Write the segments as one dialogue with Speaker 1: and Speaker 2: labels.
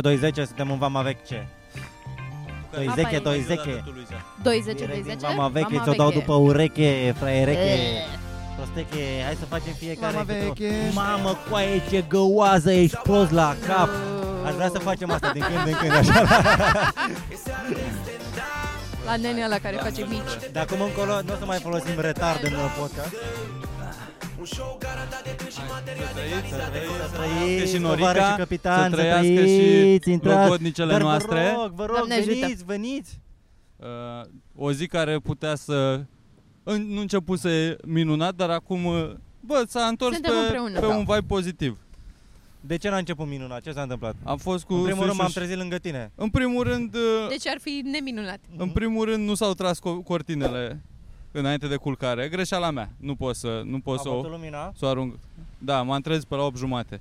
Speaker 1: 210, suntem în Vama Veche.
Speaker 2: Apa
Speaker 1: 210,
Speaker 2: e.
Speaker 1: 210.
Speaker 2: 210,
Speaker 1: Direct din
Speaker 2: 210.
Speaker 1: Vama Veche, ți-o dau după ureche, fraiereche. Prosteche, hai să facem fiecare
Speaker 3: Vama
Speaker 1: câte o-
Speaker 3: Veche.
Speaker 1: Mamă, coaie, ce găoază, ești prost la cap. Aș vrea să facem asta din când în când, așa.
Speaker 2: La nenea la care face mici.
Speaker 1: De acum încolo nu o să mai folosim retard în uh, podcast.
Speaker 4: Să trăiți,
Speaker 1: Să
Speaker 4: să
Speaker 1: trăiți,
Speaker 4: trăiască
Speaker 1: tovarășii
Speaker 4: și Norica,
Speaker 1: capitan,
Speaker 4: să
Speaker 1: să
Speaker 4: trăiască
Speaker 1: trăiți,
Speaker 4: și
Speaker 1: intrați.
Speaker 4: logodnicele
Speaker 1: Dar
Speaker 4: noastre.
Speaker 1: vă rog, vă rog,
Speaker 2: Doamne ajută.
Speaker 1: veniți, veniți.
Speaker 4: Uh, o zi care putea să... În, nu începuse minunat, dar acum uh, bă, s-a întors pe,
Speaker 2: Suntem împreună,
Speaker 4: pe
Speaker 2: da.
Speaker 4: un vibe pozitiv.
Speaker 1: De ce n-a început minunat? Ce s-a întâmplat?
Speaker 4: Am fost cu
Speaker 1: În primul rând
Speaker 4: Sușuș-
Speaker 1: m-am trezit lângă tine.
Speaker 4: în primul rând, uh,
Speaker 2: Deci ar fi neminunat.
Speaker 4: în primul rând nu s-au tras co- cortinele înainte de culcare. Greșeala mea. Nu pot să, nu pot
Speaker 1: A
Speaker 4: să
Speaker 1: bătut
Speaker 4: o,
Speaker 1: lumina.
Speaker 4: să o arunc. Da, m-am trezit pe la 8 jumate.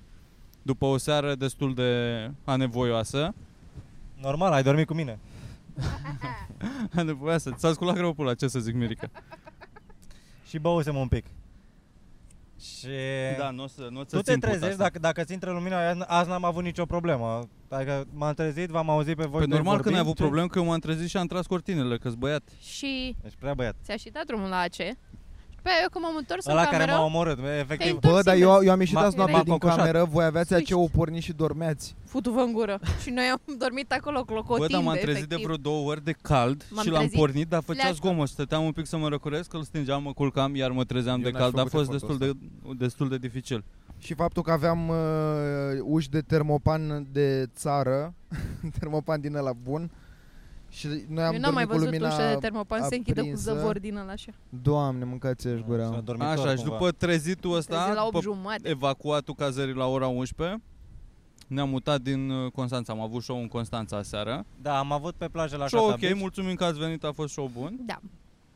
Speaker 4: După o seară destul de anevoioasă.
Speaker 1: Normal, ai dormit cu mine.
Speaker 4: Anevoioasă. Ți-a sculat greu pula, ce să zic, Mirica.
Speaker 1: Și băusem un pic. Și...
Speaker 4: Da, nu o să, nu o să
Speaker 1: tu te
Speaker 4: țin put
Speaker 1: trezești,
Speaker 4: asta.
Speaker 1: dacă, dacă ți intră lumina, azi- azi n-am avut nicio problemă. Dacă m-am trezit, v-am auzit pe voi
Speaker 4: Păi
Speaker 1: doi
Speaker 4: normal că
Speaker 1: vorbind,
Speaker 4: n-ai avut
Speaker 1: ce-
Speaker 4: probleme că eu m-am trezit și am tras cortinele, că băiat.
Speaker 2: Și
Speaker 1: Ești Deci, prea băiat.
Speaker 2: ți-a și dat drumul la AC. Pe eu când m-am întors în
Speaker 1: Ăla care m-a
Speaker 2: cameră, Păi da.
Speaker 1: omorât, e,
Speaker 2: Te-ai
Speaker 1: efectiv.
Speaker 2: întors
Speaker 3: Bă, dar eu, eu am ieșit
Speaker 1: Ma-
Speaker 3: azi noapte
Speaker 1: ma-
Speaker 3: din
Speaker 1: cocoșat.
Speaker 3: cameră, voi aveați
Speaker 2: Switch.
Speaker 3: aceu pornit și dormeați.
Speaker 2: futu-vă în gură. Și noi am dormit acolo clocotind,
Speaker 4: Bă, dar m-am trezit
Speaker 2: efectiv.
Speaker 4: de vreo două ori de cald
Speaker 2: M-am
Speaker 4: și l-am
Speaker 2: trezit
Speaker 4: pornit, dar făcea
Speaker 2: fleacă.
Speaker 4: zgomot. Stăteam un pic să mă răcuresc, îl stingeam, mă culcam, iar mă trezeam
Speaker 3: Eu
Speaker 4: de
Speaker 3: n-aș
Speaker 4: cald. A
Speaker 3: făcut
Speaker 4: fost destul
Speaker 3: efortul
Speaker 4: de, destul de dificil.
Speaker 3: Și faptul că aveam uh, uși de termopan de țară, termopan din ăla bun, și noi am
Speaker 2: Eu n-am
Speaker 3: dormit
Speaker 2: mai
Speaker 3: cu
Speaker 2: văzut
Speaker 3: lumina...
Speaker 2: ușa de termopan se închidă cu
Speaker 3: aprinsă.
Speaker 2: zăvor din ăla așa.
Speaker 3: Doamne, mâncați ești gura.
Speaker 4: Așa, și după trezitul
Speaker 2: Trezit la
Speaker 4: ăsta,
Speaker 2: 8
Speaker 4: după
Speaker 2: jumate.
Speaker 4: evacuatul cazării la ora 11, ne-am mutat din uh, Constanța. Am avut show în Constanța seară.
Speaker 1: Da, am avut pe plajă la
Speaker 4: Show
Speaker 1: Shota
Speaker 4: ok,
Speaker 1: Beach.
Speaker 4: mulțumim că ați venit, a fost show bun.
Speaker 2: Da.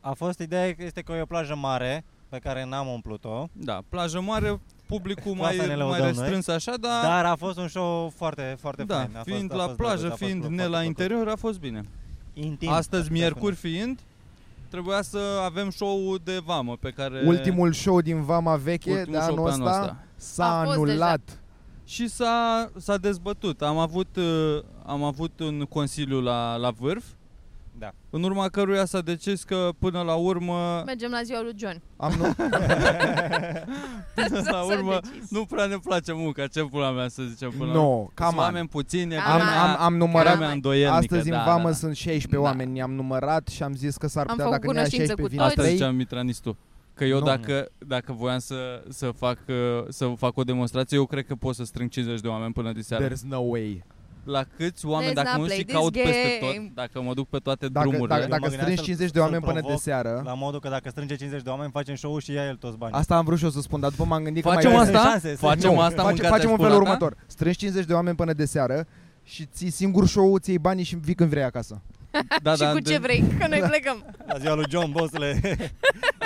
Speaker 1: A fost ideea este că e o plajă mare pe care n-am umplut-o,
Speaker 4: Da, plajă mare, publicul
Speaker 1: Cu asta ne
Speaker 4: mai,
Speaker 1: lăudăm
Speaker 4: mai
Speaker 1: noi.
Speaker 4: restrâns așa, dar...
Speaker 1: dar a fost un show foarte, foarte
Speaker 4: da,
Speaker 1: fain. A
Speaker 4: fiind
Speaker 1: fost, a
Speaker 4: la
Speaker 1: fost
Speaker 4: plajă,
Speaker 1: plăcut, a fost
Speaker 4: fiind
Speaker 1: plăcut,
Speaker 4: ne
Speaker 1: a
Speaker 4: la
Speaker 1: fost plăcut.
Speaker 4: interior, a fost bine.
Speaker 1: Intim.
Speaker 4: Astăzi,
Speaker 1: așa
Speaker 4: miercuri
Speaker 1: spune.
Speaker 4: fiind, trebuia să avem show-ul de vamă pe care...
Speaker 3: Ultimul show din Vama Veche
Speaker 4: ultimul
Speaker 3: de
Speaker 4: show
Speaker 3: anul
Speaker 4: pe anul
Speaker 3: ăsta
Speaker 4: ăsta.
Speaker 3: s-a
Speaker 2: A fost
Speaker 3: anulat.
Speaker 4: Și s-a, s-a dezbătut. Am avut, uh, am avut un consiliu la, la vârf,
Speaker 1: Da.
Speaker 4: în urma căruia s-a decis că până la urmă,
Speaker 2: Mergem la ziua lui John.
Speaker 3: Am nu...
Speaker 4: până la
Speaker 2: S-a
Speaker 4: urmă
Speaker 2: decis.
Speaker 4: nu prea ne place munca, ce pula mea să zicem până la urmă.
Speaker 3: no,
Speaker 4: Sunt
Speaker 3: come on.
Speaker 4: oameni puțini,
Speaker 3: Am,
Speaker 2: Cam
Speaker 3: am, am numărat
Speaker 2: Cam
Speaker 3: Astăzi în
Speaker 4: da,
Speaker 3: vamă
Speaker 4: da, da.
Speaker 3: sunt 16
Speaker 4: Da.
Speaker 3: oameni, i-am numărat și am zis că s-ar
Speaker 2: Am
Speaker 3: putea
Speaker 2: făcut
Speaker 3: dacă ne ia
Speaker 2: cunoștință
Speaker 3: 16
Speaker 2: cu
Speaker 3: vin
Speaker 2: toți.
Speaker 4: Asta
Speaker 2: Trei?
Speaker 4: zicea Mitranistu. Că eu
Speaker 3: Nu.
Speaker 4: dacă, dacă voiam să, să, fac, uh, să fac o demonstrație, eu cred că pot să strâng 50 de oameni până de seară.
Speaker 3: There's no way.
Speaker 4: La câți oameni,
Speaker 2: Let's
Speaker 4: dacă
Speaker 2: not
Speaker 4: nu
Speaker 2: play
Speaker 4: știi,
Speaker 2: this
Speaker 4: caut peste
Speaker 2: game.
Speaker 4: tot, dacă mă duc pe toate
Speaker 3: Dacă,
Speaker 4: drumurile.
Speaker 1: mă
Speaker 3: dacă, dacă
Speaker 1: gândeam
Speaker 3: strângi
Speaker 1: să-l-
Speaker 3: 50 de
Speaker 1: să-l
Speaker 3: oameni până de
Speaker 1: provoc
Speaker 3: seară,
Speaker 1: La modul că dacă strânge 50 de oameni, facem show și ia el toți banii.
Speaker 3: Asta am vrut și eu să spun, dar după m-am gândit
Speaker 4: facem
Speaker 3: că mai
Speaker 1: asta?
Speaker 4: asta?
Speaker 1: șanse, să-
Speaker 4: Facem
Speaker 3: nu,
Speaker 4: asta?
Speaker 3: face,
Speaker 4: mâncați
Speaker 3: facem în
Speaker 4: aș
Speaker 3: felul
Speaker 4: pula ta?
Speaker 3: următor. Strângi 50 de oameni până de seară și ții singur show ți iei banii și vii când vrei acasă.
Speaker 4: Da,
Speaker 2: și
Speaker 4: da,
Speaker 2: cu
Speaker 4: de-
Speaker 2: ce vrei, că noi plecăm.
Speaker 1: La ziua lui John, bossule.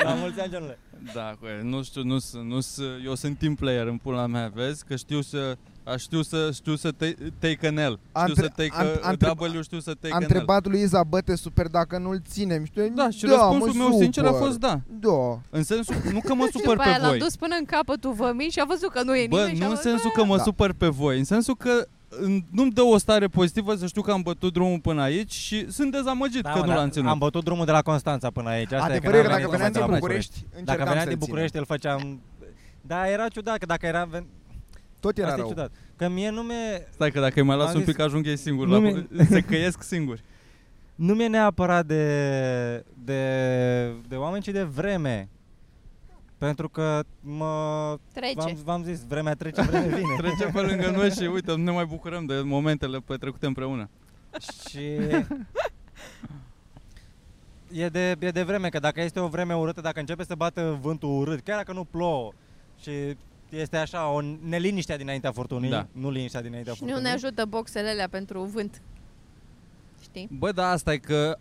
Speaker 1: la mulți ani, Johnule.
Speaker 4: Da, cu- nu știu, nu, sunt- nu, sunt- eu sunt team player în pula mea, vezi? Că știu să... A, știu să, știu să te, take an L.
Speaker 3: Am
Speaker 4: Știu să
Speaker 3: tre-
Speaker 4: take
Speaker 3: am-
Speaker 4: a-
Speaker 3: am tre-
Speaker 4: W, știu să take
Speaker 3: Am
Speaker 4: an L.
Speaker 3: întrebat lui Iza, bă, te super dacă nu-l ținem. Și tu ai-
Speaker 4: Da, și
Speaker 3: da,
Speaker 4: răspunsul
Speaker 3: mă,
Speaker 4: meu sincer a
Speaker 3: supăr.
Speaker 4: fost da.
Speaker 3: Da.
Speaker 4: În sensul, nu că mă
Speaker 2: Și
Speaker 4: supăr
Speaker 2: după
Speaker 4: pe
Speaker 2: aia l-am
Speaker 4: voi.
Speaker 2: dus până în capătul vămii și a văzut că nu e
Speaker 4: Bă,
Speaker 2: nimeni. și
Speaker 4: nu
Speaker 2: a
Speaker 4: în
Speaker 2: văzut,
Speaker 4: sensul că mă
Speaker 3: Da.
Speaker 4: supăr pe voi, în sensul că în- nu-mi dă o stare pozitivă să știu că am bătut drumul până aici și sunt dezamăgit
Speaker 1: Da,
Speaker 4: că
Speaker 1: mă,
Speaker 4: nu
Speaker 1: da,
Speaker 4: l-am ținut.
Speaker 1: Am bătut drumul de la Constanța până aici. Asta e
Speaker 3: Adevărul e că
Speaker 1: n-am
Speaker 3: dacă
Speaker 1: venit
Speaker 3: veneam
Speaker 1: la
Speaker 3: din
Speaker 1: Brașov.
Speaker 3: București,
Speaker 1: Dacă
Speaker 3: încercam
Speaker 1: veneam
Speaker 3: să-l
Speaker 1: din
Speaker 3: ținem.
Speaker 1: București, îl făceam... Da, era ciudat, că dacă era...
Speaker 3: Tot era
Speaker 1: Asta e
Speaker 3: rău.
Speaker 1: ciudat. Că mie nu mi
Speaker 4: Stai că dacă îi mai las
Speaker 1: Am
Speaker 4: un
Speaker 1: zis-
Speaker 4: pic ajung ei singur,
Speaker 1: Nu
Speaker 4: la,
Speaker 1: mi-
Speaker 4: se căiesc singuri.
Speaker 1: Nu mi-e neapărat de, de, de oameni, ci de vreme. Pentru că mă, v-am,
Speaker 2: Trece.
Speaker 1: v-am zis, vremea trece, vremea vine.
Speaker 4: Trece pe lângă noi și uite, ne mai bucurăm de momentele petrecute împreună.
Speaker 1: și e de, e de vreme, că dacă este o vreme urâtă, dacă începe să bată vântul urât, chiar dacă nu plouă și este așa o neliniștea dinaintea furtunii,
Speaker 4: Da.
Speaker 1: nu liniștea dinaintea
Speaker 2: Și nu
Speaker 1: furtunii.
Speaker 2: ne ajută boxele alea pentru vânt. Știi?
Speaker 4: Bă, da, asta e că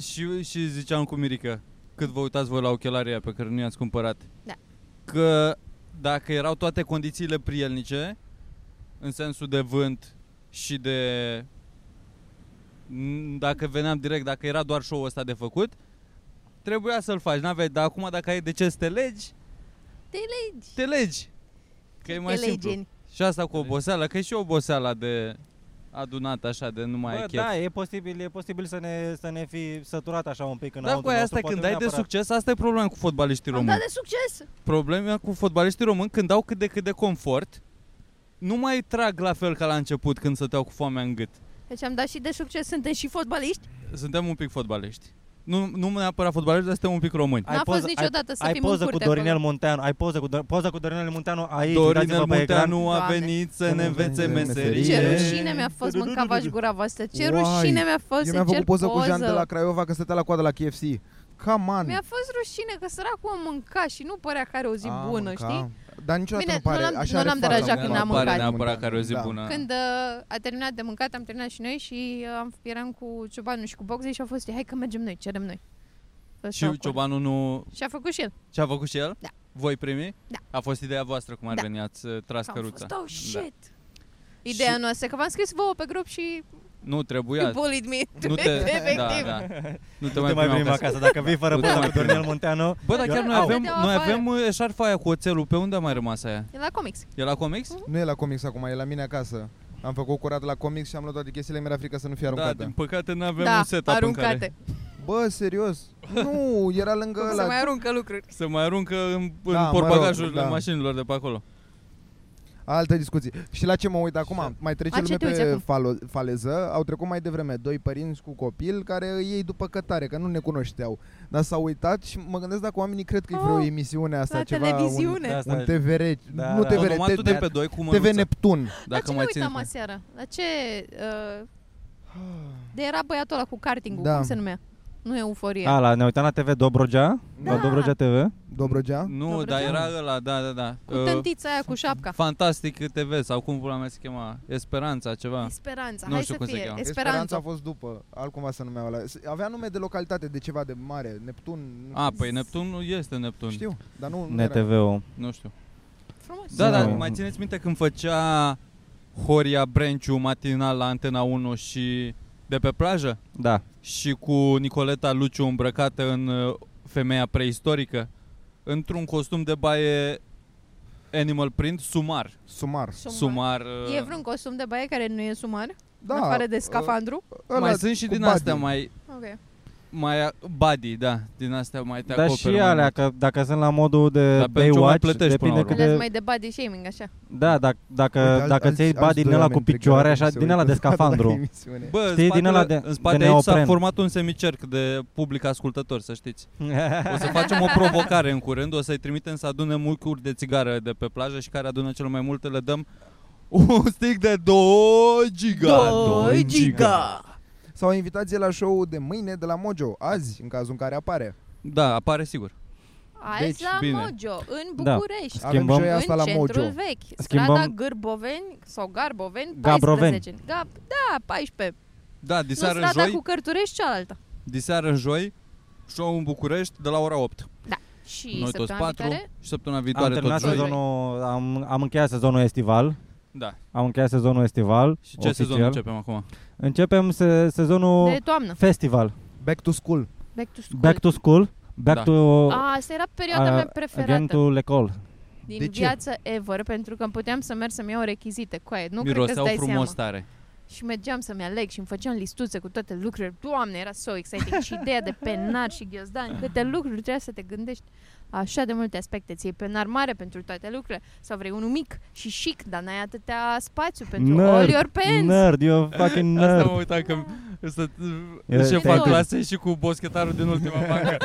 Speaker 4: și, și ziceam cu Mirica, cât vă uitați voi la ochelarii aia pe care nu i-ați cumpărat.
Speaker 2: Da.
Speaker 4: Că dacă erau toate condițiile prielnice, în sensul de vânt și de... n- Dacă veneam direct, dacă era doar show-ul ăsta de făcut, trebuia să-l faci. N-aveai, dar acum dacă ai de ce să te legi,
Speaker 2: Te legi.
Speaker 4: te legi. Că e mai
Speaker 2: Te
Speaker 4: simplu.
Speaker 2: legeni.
Speaker 4: Și asta cu oboseala, că e și oboseala de adunat așa de nu mai
Speaker 1: Bă,
Speaker 4: ai chef.
Speaker 1: da, e posibil, e posibil să ne, să ne fi săturat așa un pic în
Speaker 4: Dar Da, cu aia asta, când dai de succes, asta e problema cu fotbaliștii
Speaker 2: Am
Speaker 4: români.
Speaker 2: dat de succes!
Speaker 4: Problema cu fotbaliștii români, când dau cât de cât de confort, nu mai trag la fel ca la început când stăteau cu foamea în gât.
Speaker 2: Deci am dat și de succes, suntem și fotbaliști.
Speaker 4: Suntem un pic fotbaliști. Nu, nu neapărat fotbaliști, dar suntem un pic români.
Speaker 1: Ai
Speaker 2: N-a fost
Speaker 1: poză- ai-
Speaker 2: niciodată să
Speaker 1: Ai
Speaker 2: fim în
Speaker 1: poză cu
Speaker 2: curte
Speaker 1: Dorinel
Speaker 2: acolo.
Speaker 1: Munteanu, ai poză cu, Do- poza cu Dorinel Munteanu aici,
Speaker 4: Dorinel
Speaker 1: uitați-vă pe ecran.
Speaker 4: Munteanu a
Speaker 2: Doamne.
Speaker 4: venit să ne învețe meserie.
Speaker 3: Bine.
Speaker 2: Ce rușine mi-a fost, mâncava și gura voastră. Ce
Speaker 3: Uai,
Speaker 2: rușine mi-a fost
Speaker 3: Eu
Speaker 2: să
Speaker 3: mi-am făcut
Speaker 2: cer
Speaker 3: poză
Speaker 2: poză.
Speaker 3: cu Jean de la Craiova că stătea la coadă la KFC. Come on!
Speaker 2: Mi-a fost rușine că săracul a mâncat și nu părea că are o zi
Speaker 3: A,
Speaker 2: bună,
Speaker 3: mânca.
Speaker 2: știi?
Speaker 3: Ah, Dar niciodată
Speaker 2: Bine,
Speaker 3: nu pare,
Speaker 2: nu l-am-
Speaker 3: așa
Speaker 2: nu
Speaker 3: are
Speaker 2: l-am
Speaker 3: fața
Speaker 2: deranjat
Speaker 3: mea.
Speaker 2: când n-am
Speaker 4: Nu pare
Speaker 2: mâncat.
Speaker 4: neapărat că are o
Speaker 3: Da.
Speaker 4: zi bună.
Speaker 2: Când uh, a terminat de mâncat, am terminat și noi și uh, am, eram cu Ciobanu și cu Boxe și au fost, hai că mergem noi, cerem noi. Ăsta
Speaker 4: Și
Speaker 2: acolo.
Speaker 4: Ciobanu nu...
Speaker 2: Și a făcut și el.
Speaker 4: Ce-a făcut și el?
Speaker 2: Da.
Speaker 4: Voi primi?
Speaker 2: Da.
Speaker 4: A fost ideea voastră cum ar
Speaker 2: Da.
Speaker 4: veni, ați uh, tras
Speaker 2: Am fost,
Speaker 4: căruța.
Speaker 2: oh shit! Ideea
Speaker 4: Și-
Speaker 2: noastră, că v-am scris vouă pe grup și
Speaker 4: Nu, trebuia.
Speaker 2: you bullied me,
Speaker 4: Nu te,
Speaker 2: efectiv.
Speaker 4: da, da. Nu te
Speaker 1: Nu
Speaker 4: mai,
Speaker 1: te mai primim
Speaker 4: primeam.
Speaker 1: acasă, dacă vii fără
Speaker 4: Nu te
Speaker 1: poză
Speaker 4: mai
Speaker 1: cu Dorinel Munteanu,
Speaker 4: Bă, dar
Speaker 1: Eu-
Speaker 4: chiar noi
Speaker 1: Au.
Speaker 4: avem,
Speaker 2: Dădeau
Speaker 4: noi
Speaker 2: afară.
Speaker 4: avem uh, eșarfa aia cu oțelul. Pe unde a mai rămas aia?
Speaker 2: E la comics.
Speaker 4: E la comics?
Speaker 3: Nu e la comics acum, e la mine acasă. Am făcut curat la comics și am luat toate chestiile, mi-era frică să nu fie
Speaker 4: Da,
Speaker 3: aruncate.
Speaker 4: din păcate nu avem
Speaker 2: da,
Speaker 4: un setup
Speaker 2: aruncate.
Speaker 4: în care
Speaker 3: Bă, serios? Nu, era lângă
Speaker 2: Cum
Speaker 3: ăla.
Speaker 2: se mai aruncă lucruri.
Speaker 4: să mai aruncă în, în
Speaker 3: Da, mă rog,
Speaker 4: portbagajurile
Speaker 3: da.
Speaker 4: mașinilor de pe acolo.
Speaker 3: Altă discuție. Și la ce mă uit acum? Mai trece
Speaker 2: La ce
Speaker 3: lume
Speaker 2: te uiți
Speaker 3: pe
Speaker 2: acum?
Speaker 3: falo- faleză. Au trecut mai devreme doi părinți cu copil care îi iei după cătare, că nu ne cunoșteau. Dar s-au uitat și mă gândesc dacă oamenii cred că e vreo
Speaker 2: Oh,
Speaker 3: emisiune asta,
Speaker 2: la
Speaker 3: ceva,
Speaker 2: televiziune.
Speaker 1: Da,
Speaker 2: Da,
Speaker 1: asta
Speaker 3: un,
Speaker 1: e.
Speaker 3: un TVR,
Speaker 1: Da,
Speaker 3: nu
Speaker 1: da.
Speaker 3: TVR,
Speaker 4: Automatul
Speaker 3: T-
Speaker 4: de pe doi cu
Speaker 3: TV
Speaker 4: mănuță.
Speaker 3: Neptun.
Speaker 4: Dacă
Speaker 2: la ce
Speaker 4: mai
Speaker 2: ne
Speaker 4: țineți
Speaker 2: uitam
Speaker 4: minte.
Speaker 2: aseară? La ce... Uh, de era băiatul ăla cu kartingul,
Speaker 3: Da.
Speaker 2: cum se numea? Nu e euforie.
Speaker 1: A, la, ne uitam la TV Dobrogea, la
Speaker 2: Da.
Speaker 1: Dobrogea TV.
Speaker 3: Dobrogea?
Speaker 4: Nu,
Speaker 2: Dobrogea.
Speaker 4: dar era ăla, da, da, da.
Speaker 2: Cu
Speaker 4: Uh,
Speaker 2: tântița aia cu șapca.
Speaker 4: Fantastic TV sau cum pula mea se chema? Esperanța, ceva.
Speaker 2: Speranța,
Speaker 4: Nu
Speaker 2: hai
Speaker 4: știu
Speaker 2: să
Speaker 4: cum se
Speaker 2: fie.
Speaker 4: cheamă.
Speaker 3: Speranța a
Speaker 2: Esperanța.
Speaker 3: fost după, altcumva se numea ăla. S- Avea nume de localitate, de ceva de mare, Neptun. nu
Speaker 4: A, păi Neptun nu este Neptun.
Speaker 3: Știu, dar nu, nu
Speaker 4: Da.
Speaker 3: era.
Speaker 1: NTV-ul.
Speaker 4: Nu știu.
Speaker 2: Frumos.
Speaker 4: Da, da,
Speaker 1: Sau-
Speaker 4: mai țineți minte când făcea Horia Brenciu matinal la Antena 1 și de pe plajă?
Speaker 1: Da.
Speaker 4: Și cu Nicoleta Luciu îmbrăcată în uh, femeia preistorică? Într-un costum de baie animal print, sumar.
Speaker 3: Sumar.
Speaker 2: Sumar.
Speaker 4: Sumar. uh,
Speaker 2: E vreun costum de baie care nu e sumar?
Speaker 3: Da.
Speaker 2: în afară de
Speaker 3: ă,
Speaker 2: scafandru?
Speaker 3: ăla
Speaker 4: mai sunt și
Speaker 3: cu
Speaker 4: din
Speaker 3: body.
Speaker 4: astea mai
Speaker 2: Ok.
Speaker 4: mai body, da, din astea mai te
Speaker 1: Dar și
Speaker 4: acoperă mai
Speaker 1: alea,
Speaker 4: mult.
Speaker 1: că dacă sunt la modul de
Speaker 4: Dar pentru ce mai
Speaker 1: Baywatch,
Speaker 4: plătești până
Speaker 1: depinde
Speaker 4: la
Speaker 1: cât
Speaker 4: urmă?
Speaker 2: Ales
Speaker 1: de...
Speaker 2: mai de body shaming, așa.
Speaker 1: Da, dacă,
Speaker 3: Uite,
Speaker 1: dacă,
Speaker 3: al-
Speaker 1: dacă
Speaker 3: alți-
Speaker 1: ți iei
Speaker 3: alți
Speaker 1: body din
Speaker 3: doi
Speaker 1: ăla cu
Speaker 3: oameni trec
Speaker 1: picioare,
Speaker 3: la
Speaker 1: așa,
Speaker 3: emisiune,
Speaker 1: din ăla de
Speaker 3: se uită Da, la
Speaker 1: scafandru.
Speaker 3: emisiune.
Speaker 4: Bă,
Speaker 1: Știi,
Speaker 4: în
Speaker 1: din
Speaker 4: spatele,
Speaker 1: ăla de-
Speaker 4: în spate
Speaker 1: de
Speaker 4: aici s-a
Speaker 1: neopren.
Speaker 4: format un semicerc de public ascultător, să știți. O să facem o provocare în curând, o să-i trimitem să adune mucuri de țigară de pe plajă și care adună cel mai multe le dăm un stick de 2 giga.
Speaker 2: Doi
Speaker 3: Sau o invitație la show de mâine de la Mojo, azi, în cazul în care apare.
Speaker 4: Da, apare sigur.
Speaker 2: Azi
Speaker 3: Deci,
Speaker 2: la
Speaker 4: bine.
Speaker 2: Mojo, în București.
Speaker 1: Da.
Speaker 3: Avem
Speaker 1: Schimbăm-
Speaker 3: joia asta
Speaker 2: în
Speaker 3: la
Speaker 2: centrul
Speaker 3: Mojo.
Speaker 2: vechi,
Speaker 1: Schimbăm-
Speaker 2: strada Gârboveni sau Garboveni,
Speaker 1: Gabroveni.
Speaker 2: 14. Gab, da, 14.
Speaker 4: Da, diseară
Speaker 2: nu strada
Speaker 4: joi,
Speaker 2: cu Cărturești cealaltă.
Speaker 4: diseară joi, show în București de la ora 8.
Speaker 2: Și
Speaker 4: Noi toți
Speaker 2: săptămâna
Speaker 4: patru
Speaker 2: viitoare,
Speaker 4: și săptămâna
Speaker 1: Am
Speaker 4: viitoare
Speaker 1: terminat
Speaker 4: tot joi.
Speaker 1: sezonul, am, am încheiat sezonul estival.
Speaker 4: Da.
Speaker 1: Am încheiat sezonul estival.
Speaker 4: Și ce
Speaker 1: oficial.
Speaker 4: sezon începem acum?
Speaker 1: Începem se, sezonul
Speaker 2: de toamnă,
Speaker 1: festival.
Speaker 3: Back to school.
Speaker 2: back to school.
Speaker 1: Back to school. Back
Speaker 4: Da.
Speaker 1: to...
Speaker 3: Ah,
Speaker 2: A, asta era perioada
Speaker 1: a-
Speaker 2: mea preferată
Speaker 1: Again to l'école.
Speaker 2: din
Speaker 3: De ce?
Speaker 2: viață ever, pentru că îmi puteam să merg să-mi iau rechizite cu aia. Nu cred
Speaker 4: Miroseau
Speaker 2: că-ți dai
Speaker 4: frumos
Speaker 2: seama.
Speaker 4: tare.
Speaker 2: Și mergeam să-mi aleg și îmi făceam listuțe cu toate lucrurile. Doamne, era so exciting. și ideea de penar și ghiozdan. Câte lucruri trebuie să te gândești. Așa de multe aspecte. Ți-ai penar mare pentru toate lucrurile. Sau vrei unul mic și chic, dar n-ai atâtea spațiu pentru
Speaker 1: Nerd,
Speaker 2: all your pens.
Speaker 1: Nerd, eu fucking
Speaker 4: Asta mă
Speaker 1: nerd.
Speaker 4: uitam că să
Speaker 1: E-
Speaker 4: să fac
Speaker 2: te-
Speaker 4: clase și cu boschetarul din ultima bancă.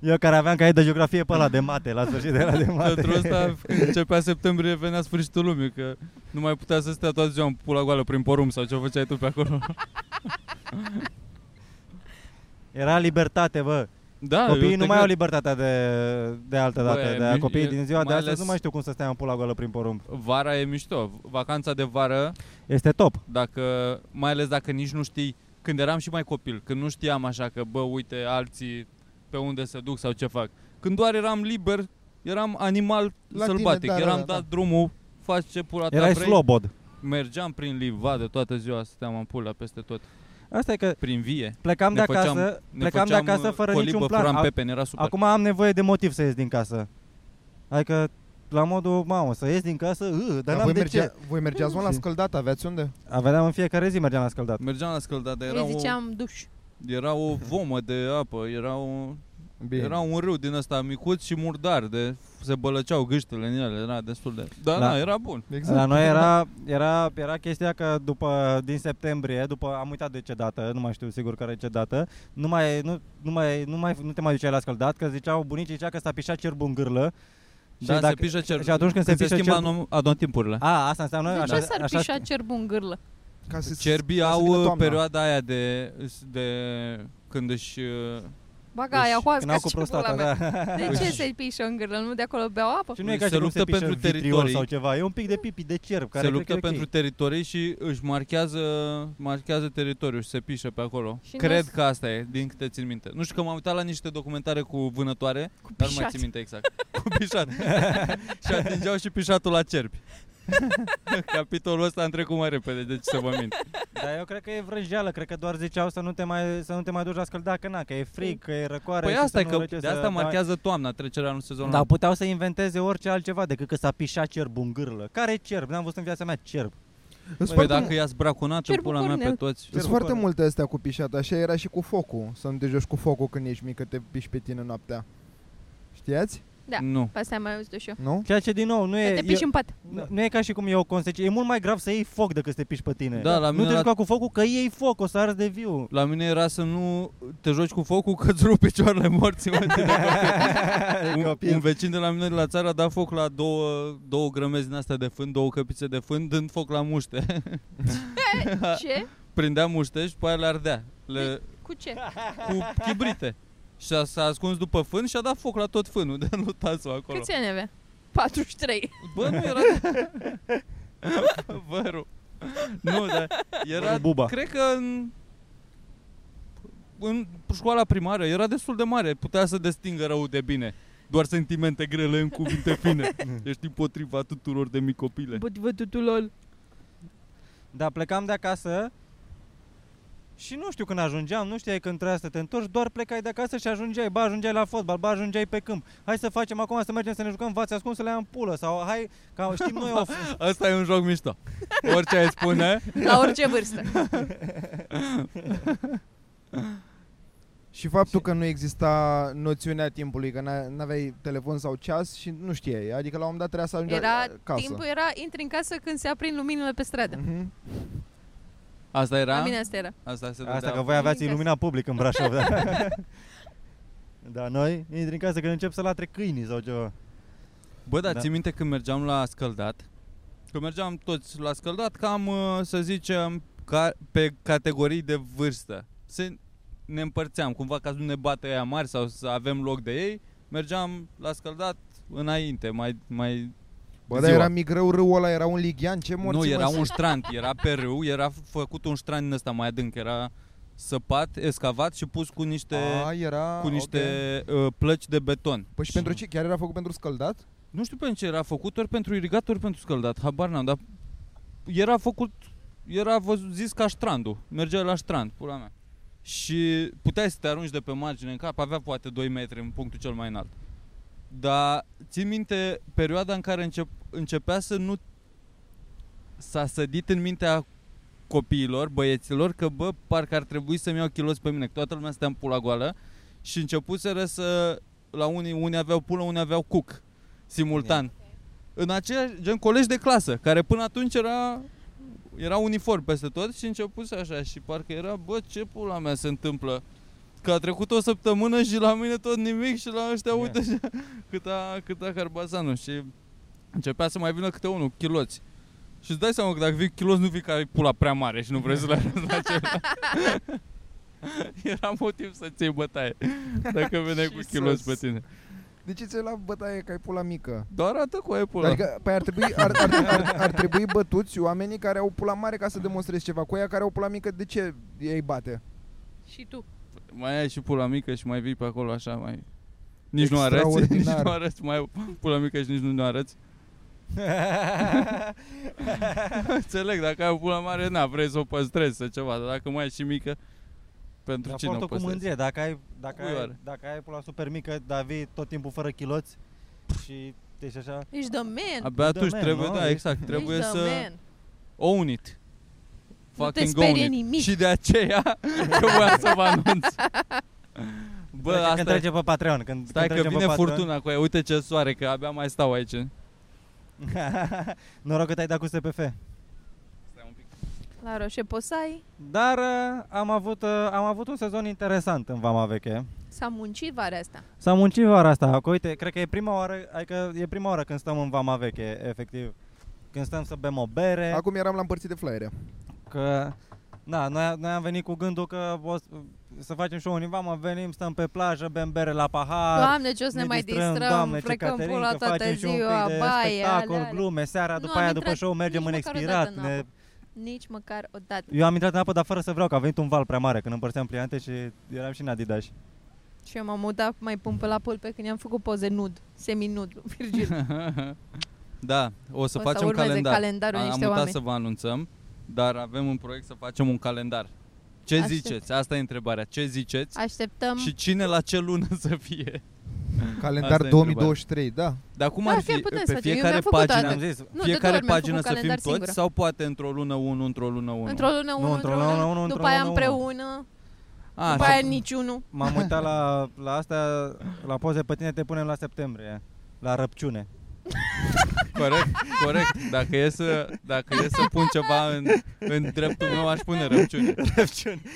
Speaker 1: Eu care aveam caiet de geografie pe ăla de mate, la sfârșit de la de mate.
Speaker 4: Pentru asta când începea septembrie venea sfârșitul lumii că nu mai putea să stea toată ziua în pula goală prin porum sau ce făceai tu pe acolo.
Speaker 1: Era libertate, bă.
Speaker 4: Da,
Speaker 1: Copiii nu
Speaker 4: eu te
Speaker 1: mai au
Speaker 4: cred.
Speaker 1: libertatea de, de altă
Speaker 4: Bă,
Speaker 1: dată.
Speaker 4: e
Speaker 1: de
Speaker 4: miș-
Speaker 1: copiii
Speaker 4: e-
Speaker 1: din ziua de
Speaker 4: mai
Speaker 1: astăzi
Speaker 4: ales-
Speaker 1: nu mai știu cum să stea în pula goală prin porumb.
Speaker 4: Vara e mișto. Vacanța de vară,
Speaker 1: Este top.
Speaker 4: dacă mai ales dacă nici nu știi când eram și mai copil, când nu știam așa că bă, uite alții pe unde se duc sau ce fac. Când doar eram liber, eram animal
Speaker 3: La tine,
Speaker 4: sălbatic,
Speaker 3: da, da,
Speaker 4: eram
Speaker 3: da, da.
Speaker 4: dat drumul, faci ce pula ta
Speaker 1: Erai
Speaker 4: vrei.
Speaker 1: slobod.
Speaker 4: Mergeam prin livadă toată ziua, stăteam în pula peste tot,
Speaker 1: Asta e că
Speaker 4: prin vie.
Speaker 1: plecam de
Speaker 4: Ne făceam-
Speaker 1: acasă,
Speaker 4: ne
Speaker 1: plecam de
Speaker 4: făceam,
Speaker 1: acasă
Speaker 4: uh,
Speaker 1: fără
Speaker 4: colibă,
Speaker 1: niciun plan.
Speaker 4: Furam
Speaker 1: A-
Speaker 4: pepen, era super.
Speaker 1: Acum am nevoie de motiv să ies din casă. Adică la modul, mamă, să ies din casă, uh, dar
Speaker 3: Dar
Speaker 1: n-am
Speaker 3: voi,
Speaker 1: de
Speaker 3: mergea,
Speaker 1: ce.
Speaker 3: voi mergeați mă la
Speaker 1: Și-
Speaker 3: scăldat, aveați unde?
Speaker 1: Aveam în fiecare zi mergeam la scăldat.
Speaker 4: Mergeam la scăldat, dar era,
Speaker 2: Eu
Speaker 4: o,
Speaker 2: ziceam duș.
Speaker 4: era o vomă de apă, era, o,
Speaker 3: Bine.
Speaker 4: era un râu din ăsta micuț și murdar, de, se bălăceau gâștele în ele, era destul de... Da,
Speaker 1: La-
Speaker 4: da, era bun.
Speaker 1: Exact. La noi era, era, era chestia că după, din septembrie, după, am uitat de ce dată, nu mai știu sigur care e ce dată, nu, mai, nu, nu, mai, nu, mai, nu te mai duceai la scăldat, că ziceau bunicii zicea că s-a pișat cerbul în gârlă. Și
Speaker 4: Da, se
Speaker 1: dacă-
Speaker 4: pișă cer...
Speaker 1: și atunci când se
Speaker 4: se
Speaker 1: pișă
Speaker 4: schimbă
Speaker 1: cerbul-
Speaker 4: anom- anotimpurile.
Speaker 1: A, asta înseamnă...
Speaker 2: De
Speaker 1: așa,
Speaker 2: ce s-ar
Speaker 1: așa,
Speaker 2: pișa cerbul în gârlă?
Speaker 3: Ca să
Speaker 4: Cerbii
Speaker 3: ca să vină
Speaker 4: au
Speaker 3: toamna.
Speaker 4: perioada aia de, de când își... uh,
Speaker 2: Baga aia
Speaker 4: Deci,
Speaker 2: hoasca
Speaker 1: Când au cu
Speaker 2: cerbul la
Speaker 1: prostata,
Speaker 2: mea.
Speaker 1: da.
Speaker 2: De ce se pișă în gârlă? Nu de acolo beau apă?
Speaker 1: Și nu e ca
Speaker 4: Se
Speaker 1: și cum se
Speaker 4: luptă
Speaker 1: pișă
Speaker 4: pentru
Speaker 1: pentru vitriol
Speaker 4: teritorii.
Speaker 1: sau ceva, e un pic de pipi de cerb. Care
Speaker 4: se
Speaker 1: cred
Speaker 4: luptă
Speaker 1: că e ok.
Speaker 4: pentru teritorii și își marchează, marchează teritoriul și se pișă pe acolo.
Speaker 2: Și
Speaker 4: Cred
Speaker 2: nu-
Speaker 4: că asta e, din câte țin minte. Nu știu că m-am uitat la niște documentare cu vânătoare,
Speaker 2: Cu
Speaker 4: dar nu mai
Speaker 2: pișat.
Speaker 4: țin minte exact. Cu pișat. și atingeau și pișatul la cerbi. Capitolul ăsta am trecut mai repede, deci să vă mint.
Speaker 1: Dar eu cred că e vrăjeală, cred că doar ziceau să nu te mai, să nu te mai duci la scăldat, că na, că e frig, că e răcoare.
Speaker 4: Păi
Speaker 1: și
Speaker 4: asta
Speaker 1: să
Speaker 4: e
Speaker 1: nu
Speaker 4: că
Speaker 1: răcești,
Speaker 4: de
Speaker 1: să da. păi
Speaker 4: asta
Speaker 1: dai-
Speaker 4: marchează toamna, trecerea în sezonul.
Speaker 1: Dar puteau să inventeze orice altceva decât că s-a pișat cerbul în gârlă. Care cerb? N-am văzut în viața mea cerb.
Speaker 3: Sunt
Speaker 4: Păi
Speaker 3: foarte,
Speaker 4: dacă i-ați braconat în
Speaker 2: Cerbul
Speaker 4: pula mea pe
Speaker 2: Cornel.
Speaker 4: toți.
Speaker 3: sunt
Speaker 1: Cerbul
Speaker 3: foarte
Speaker 1: pare.
Speaker 3: multe astea cu pișat, așa era și cu focul. Să nu te joci cu focul când ești mică, te piși pe tine noaptea. Știați?
Speaker 2: Da.
Speaker 4: Nu.
Speaker 2: Pe asta am mai auzit și eu.
Speaker 3: Nu?
Speaker 1: Ceea ce din nou nu
Speaker 2: Că
Speaker 1: e,
Speaker 2: te piși
Speaker 1: e
Speaker 2: în pat.
Speaker 1: nu- nu e ca și cum e o consecință. E mult mai grav să iei foc decât să te piși pe tine.
Speaker 4: Da, la
Speaker 1: nu
Speaker 4: mine
Speaker 1: te
Speaker 4: la-
Speaker 1: juca cu focul că iei foc, o să arzi de viu.
Speaker 4: La mine era să nu te joci cu focul că îți rup picioarele morții. Mă, de copil. un, un vecin de la mine de la țară a dat foc la două, două grămezi din astea de fân, două căpițe de fân, dând foc la muște.
Speaker 2: Ce?
Speaker 4: Prindea muște și pe aia le ardea. Le,
Speaker 2: Cu ce?
Speaker 4: cu chibrite. Și a, s-a ascuns după fân și a dat foc la tot fânul de lui Tasu acolo.
Speaker 2: Câți ani avea? 43.
Speaker 4: Bă, nu era... Văru. Nu, dar era...
Speaker 1: Buba.
Speaker 4: Cred că în, în școala primară era destul de mare. Putea să destingă rău de bine. Doar sentimente grele în cuvinte fine. Ești împotriva tuturor de mici copile.
Speaker 2: Bă, vă tutulol.
Speaker 1: Dar plecam de acasă și nu știu când ajungeam, nu știai când trebuia să te întorci, doar plecai de acasă și ajungeai, ba ajungeai la fotbal, ba ajungeai pe câmp. Hai să facem acum, să mergem să ne jucăm vați ascuns, să le ai în pulă sau hai, ca știm noi o...
Speaker 4: Asta e un joc mișto. Orice ai spune.
Speaker 2: La orice vârstă.
Speaker 3: Și faptul că nu exista noțiunea timpului, că n-a- n-aveai telefon sau ceas și nu știai. Adică la un moment dat trebuia să ajungi
Speaker 2: Era,
Speaker 3: casă.
Speaker 2: timpul era, intri în casă când se aprind luminile pe stradă.
Speaker 1: Da?
Speaker 3: Mhm.
Speaker 4: Asta
Speaker 2: La
Speaker 4: era?
Speaker 2: mine asta era.
Speaker 4: Asta se
Speaker 1: Asta
Speaker 4: dădea.
Speaker 1: că voi aveați
Speaker 2: Intri în
Speaker 1: ilumina public în Brașov, da. Dar noi intri în casă când încep să latre câinii sau ceva.
Speaker 4: Bă, dar
Speaker 1: Da.
Speaker 4: da. ții minte când mergeam la scăldat? Când mergeam toți la scăldat, cam, uh, să zicem, ca, pe categorii de vârstă. Se, ne împărțeam, cumva ca să nu ne bată ea mari sau să avem loc de ei, mergeam la scăldat înainte, mai... mai
Speaker 3: Bă, dar
Speaker 4: ziua.
Speaker 3: era mic rău, râul ăla era un ligian, ce morți
Speaker 4: nu,
Speaker 3: mă,
Speaker 4: era
Speaker 3: sunt?
Speaker 4: un ștrand, era pe râu, era f- făcut un ștrand din ăsta mai adânc, era săpat, escavat și pus cu niște,
Speaker 3: A, era...
Speaker 4: cu niște
Speaker 3: ok.
Speaker 4: uh, plăci de beton.
Speaker 3: Păi și pentru ce? Chiar era făcut pentru scăldat?
Speaker 4: Nu știu pentru ce era făcut, ori pentru irigat, ori pentru scăldat, habar n-am, dar era făcut, era văzut, zis ca ștrandul, mergea la ștrand, pula mea. Și puteai să te arunci de pe margine în cap, avea poate 2 metri în punctul cel mai înalt. Dar țin minte perioada în care încep, începea să nu s-a sădit în mintea copiilor, băieților, că bă, parcă ar trebui să-mi iau kilos pe mine, că toată lumea stătea în pula goală și începuseră să, la unii, unii aveau pulă, unii aveau cuc, simultan. În aceeași, gen colegi de clasă, care până atunci era, era uniform peste tot și începuse așa și parcă era, bă, ce pula mea se întâmplă? Că a trecut o săptămână și la mine tot nimic și la ăștia,
Speaker 1: Ia.
Speaker 4: uite, cât a, cât a Carbazanu și începea să mai vină câte unul, chiloți. Și îți dai seama că dacă vii kilos nu vii ca ai pula prea mare și nu vrei să le arăți la celălalt. Era motiv să ții bătaie dacă veneai cu
Speaker 3: Jesus.
Speaker 4: kilos pe tine.
Speaker 3: De ce ți-ai luat bătaie că ai pula mică?
Speaker 4: Doar atât cu ai pula.
Speaker 3: Adică, păi ar trebui, ar, ar, ar, ar trebui bătuți oamenii care au pula mare ca să demonstrezi ceva. Cu aia care au pula mică, de ce ei bate?
Speaker 2: Și tu.
Speaker 4: Mai ai și pula mică și mai vii pe acolo așa mai... Nici nu arăți,
Speaker 3: Extraordinar.
Speaker 4: nici nu arăți, mai ai pula mică și nici nu ne arăți. Înțeleg, dacă ai o pula mare, na, vrei să o păstrezi sau ceva, dar dacă mai ai și mică, pentru
Speaker 1: Dar
Speaker 4: cine o
Speaker 1: portă cu
Speaker 4: păstrezi?
Speaker 1: mândrie, dacă ai, dacă
Speaker 4: Cui
Speaker 1: ai,
Speaker 4: oare?
Speaker 1: dacă ai pula super mică, dar vii tot timpul fără chiloți și fapte și așa.
Speaker 2: Ești the man.
Speaker 4: Abia
Speaker 1: the
Speaker 4: atunci
Speaker 1: man,
Speaker 4: trebuie,
Speaker 1: nu?
Speaker 4: da,
Speaker 1: Ești-
Speaker 4: exact, trebuie
Speaker 2: Ești the
Speaker 4: să
Speaker 2: man.
Speaker 4: own it.
Speaker 2: Nu te
Speaker 4: Fucking own
Speaker 2: sperie
Speaker 4: it.
Speaker 2: nimic.
Speaker 4: Și de aceea eu voiam să vă anunț. Bă,
Speaker 1: Bă, trece,
Speaker 4: asta
Speaker 1: când trece pe Patreon. Când,
Speaker 4: Stai
Speaker 1: când
Speaker 4: că
Speaker 1: trece
Speaker 4: vine
Speaker 1: pe Patreon.
Speaker 4: furtuna cu aia, uite ce soare, că abia mai stau aici. Stai
Speaker 1: Noroc că te-ai dat cu SPF.
Speaker 4: un pic.
Speaker 2: La Roșie poți să ai.
Speaker 1: Dar uh, am avut, uh, am avut un sezon interesant în Vama Veche.
Speaker 2: S-a muncit vara asta.
Speaker 1: S-a muncit vara asta. Că, uite, cred că e prima oară, adică e prima oară când stăm în Vama Veche, efectiv. Când stăm să bem o bere.
Speaker 3: Acum eram la împărțit de flyere.
Speaker 1: Că, na, noi, noi am venit cu gândul că o, să- să facem show în Vama, venim, stăm pe plajă, bem bere la pahar.
Speaker 2: Doamne, ce o să ne,
Speaker 1: ne
Speaker 2: mai
Speaker 1: distrăm,
Speaker 2: distrăm,
Speaker 1: doamne, ce
Speaker 2: frecăm
Speaker 1: Caterin,
Speaker 2: pula
Speaker 1: că
Speaker 2: toată
Speaker 1: facem și un pic
Speaker 2: ziua,
Speaker 1: de
Speaker 2: baie,
Speaker 1: spectacol,
Speaker 2: ale, ale.
Speaker 1: glume, seara,
Speaker 2: Nu,
Speaker 1: după
Speaker 2: am
Speaker 1: aia, după
Speaker 2: intrat
Speaker 1: show, mergem
Speaker 2: nici
Speaker 1: în
Speaker 2: măcar o
Speaker 1: expirat.
Speaker 2: dată în
Speaker 1: Ne...
Speaker 2: apă. Nici măcar o dată.
Speaker 1: Eu am intrat în apă, dar fără să vreau, că a venit un val prea mare când împărțeam pliante și eram și în Adidas.
Speaker 2: Și eu m-am mutat mai pun pe la pulpe când i-am făcut poze nud, semi-nud lui Virgil.
Speaker 4: da, o să
Speaker 2: O să
Speaker 4: facem
Speaker 2: urmeze
Speaker 4: calendar.
Speaker 2: calendarul
Speaker 4: Am
Speaker 2: niște
Speaker 4: uitat
Speaker 2: oameni.
Speaker 4: să vă anunțăm, dar avem un proiect să facem un calendar. Ce
Speaker 2: Aștept.
Speaker 4: ziceți? Asta e întrebarea. Ce ziceți?
Speaker 2: Așteptăm.
Speaker 4: Și cine la ce lună să fie?
Speaker 3: Calendar
Speaker 4: Asta e
Speaker 3: 2023, da.
Speaker 4: Dar cum
Speaker 2: Da,
Speaker 4: ar
Speaker 2: chiar
Speaker 4: fi
Speaker 2: putem să
Speaker 4: pe
Speaker 2: facem. Eu
Speaker 4: fiecare
Speaker 2: mi-am făcut
Speaker 4: pagină?
Speaker 2: anul.
Speaker 1: Am zis,
Speaker 2: Nu, de două
Speaker 4: fiecare
Speaker 2: ori mi-am
Speaker 4: pagină
Speaker 2: făcut
Speaker 4: să fim
Speaker 2: calendar
Speaker 4: toți
Speaker 2: singură.
Speaker 4: sau poate într-o lună unul, într-o lună unul?
Speaker 2: Într-o lună unul,
Speaker 1: într-o
Speaker 2: într-o
Speaker 1: lună
Speaker 2: lună,
Speaker 1: unul, într-o
Speaker 2: după aia
Speaker 1: lună
Speaker 2: împreună,
Speaker 4: A,
Speaker 2: după
Speaker 4: așa.
Speaker 2: aia niciunul.
Speaker 1: M-am uitat la, la astea, la poze pe tine te punem la septembrie, la răpciune.
Speaker 4: Corect, corect. Dacă e să, dacă e să pun ceva în, în dreptul meu, aș pune răpciune.
Speaker 1: Răpciune.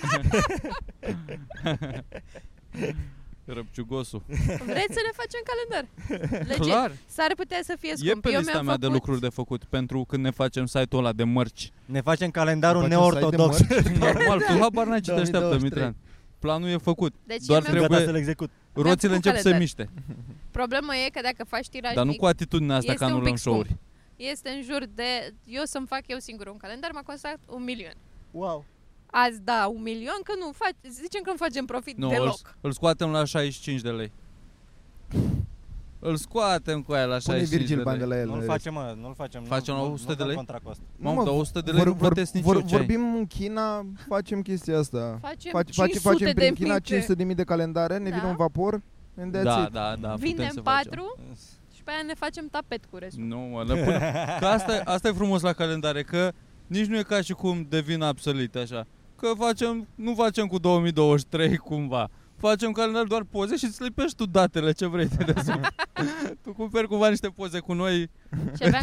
Speaker 4: Răpciugosul.
Speaker 2: Vreți să ne facem calendar? Legit.
Speaker 4: Clar.
Speaker 2: S-ar putea să fie
Speaker 4: E
Speaker 2: scump.
Speaker 4: pe
Speaker 2: eu
Speaker 4: lista
Speaker 2: mi-am
Speaker 4: mea
Speaker 2: făcut...
Speaker 4: de lucruri de făcut pentru când ne facem site-ul ăla de mărci.
Speaker 1: Ne facem calendarul
Speaker 3: Facem
Speaker 1: neortodox.
Speaker 3: site de
Speaker 4: Normal,
Speaker 3: Da,
Speaker 4: tu habar n-ai ce te așteaptă,
Speaker 3: 2023.
Speaker 4: Mitran. Planul e făcut.
Speaker 2: Deci
Speaker 4: Doar
Speaker 2: Doar
Speaker 1: Sunt
Speaker 2: trebuie...
Speaker 1: gata
Speaker 4: Trebuie-
Speaker 1: să-l execut.
Speaker 2: Mi-am
Speaker 4: Roțile
Speaker 2: făcut
Speaker 4: încep să
Speaker 2: calendar.
Speaker 4: miște,
Speaker 2: Problema e că dacă faci tiraj
Speaker 4: dar nu
Speaker 2: mic,
Speaker 4: cu atitudinea asta
Speaker 2: Adică Este
Speaker 4: ca nu
Speaker 2: un pic
Speaker 4: luăm show-uri.
Speaker 2: este în jur de... Eu să-mi fac eu singur un calendar, m-a costat un milion.
Speaker 1: Wow.
Speaker 2: Azi da, un milion, că nu faci, zicem că nu facem profit
Speaker 4: Nu, îl,
Speaker 2: deloc.
Speaker 4: îl, scoatem la 65 de lei. Îl scoatem cu aia la
Speaker 3: Pune
Speaker 4: 65
Speaker 3: Virgil
Speaker 4: de
Speaker 3: bani de
Speaker 4: lei.
Speaker 3: la el.
Speaker 1: Nu-l facem, mă, nu-l facem. nu-
Speaker 4: Facem la
Speaker 1: nu-
Speaker 4: 100 de
Speaker 1: nu-l
Speaker 4: lei?
Speaker 1: contra cost.
Speaker 4: Mamă, dar 100 de lei
Speaker 3: vor-
Speaker 4: nu
Speaker 3: vor-
Speaker 4: plătesc nici
Speaker 3: vor-
Speaker 4: eu ce ai.
Speaker 3: Vorbim în China, facem chestia asta.
Speaker 2: Facem
Speaker 3: Face,
Speaker 2: 500
Speaker 3: face, facem
Speaker 2: de
Speaker 3: prin China
Speaker 2: mii
Speaker 3: 500 de mii de calendare, ne
Speaker 2: Da.
Speaker 3: vine un vapor, and that's
Speaker 4: Da,
Speaker 3: it.
Speaker 4: da, da, putem să
Speaker 2: Vindem
Speaker 4: facem. Mm.
Speaker 2: patru și pe aia ne facem tapet cu restul.
Speaker 4: Nu, mă, le pune. Că asta, asta e frumos la calendare, că nici nu e ca și cum devin obsolete așa. Că facem, nu facem cu 2023 cumva. Facem calendar doar poze și îți lipești tu datele ce vrei de deasupra. tu cumperi cumva niște poze cu
Speaker 2: Păi,
Speaker 4: noi.
Speaker 2: Și aveam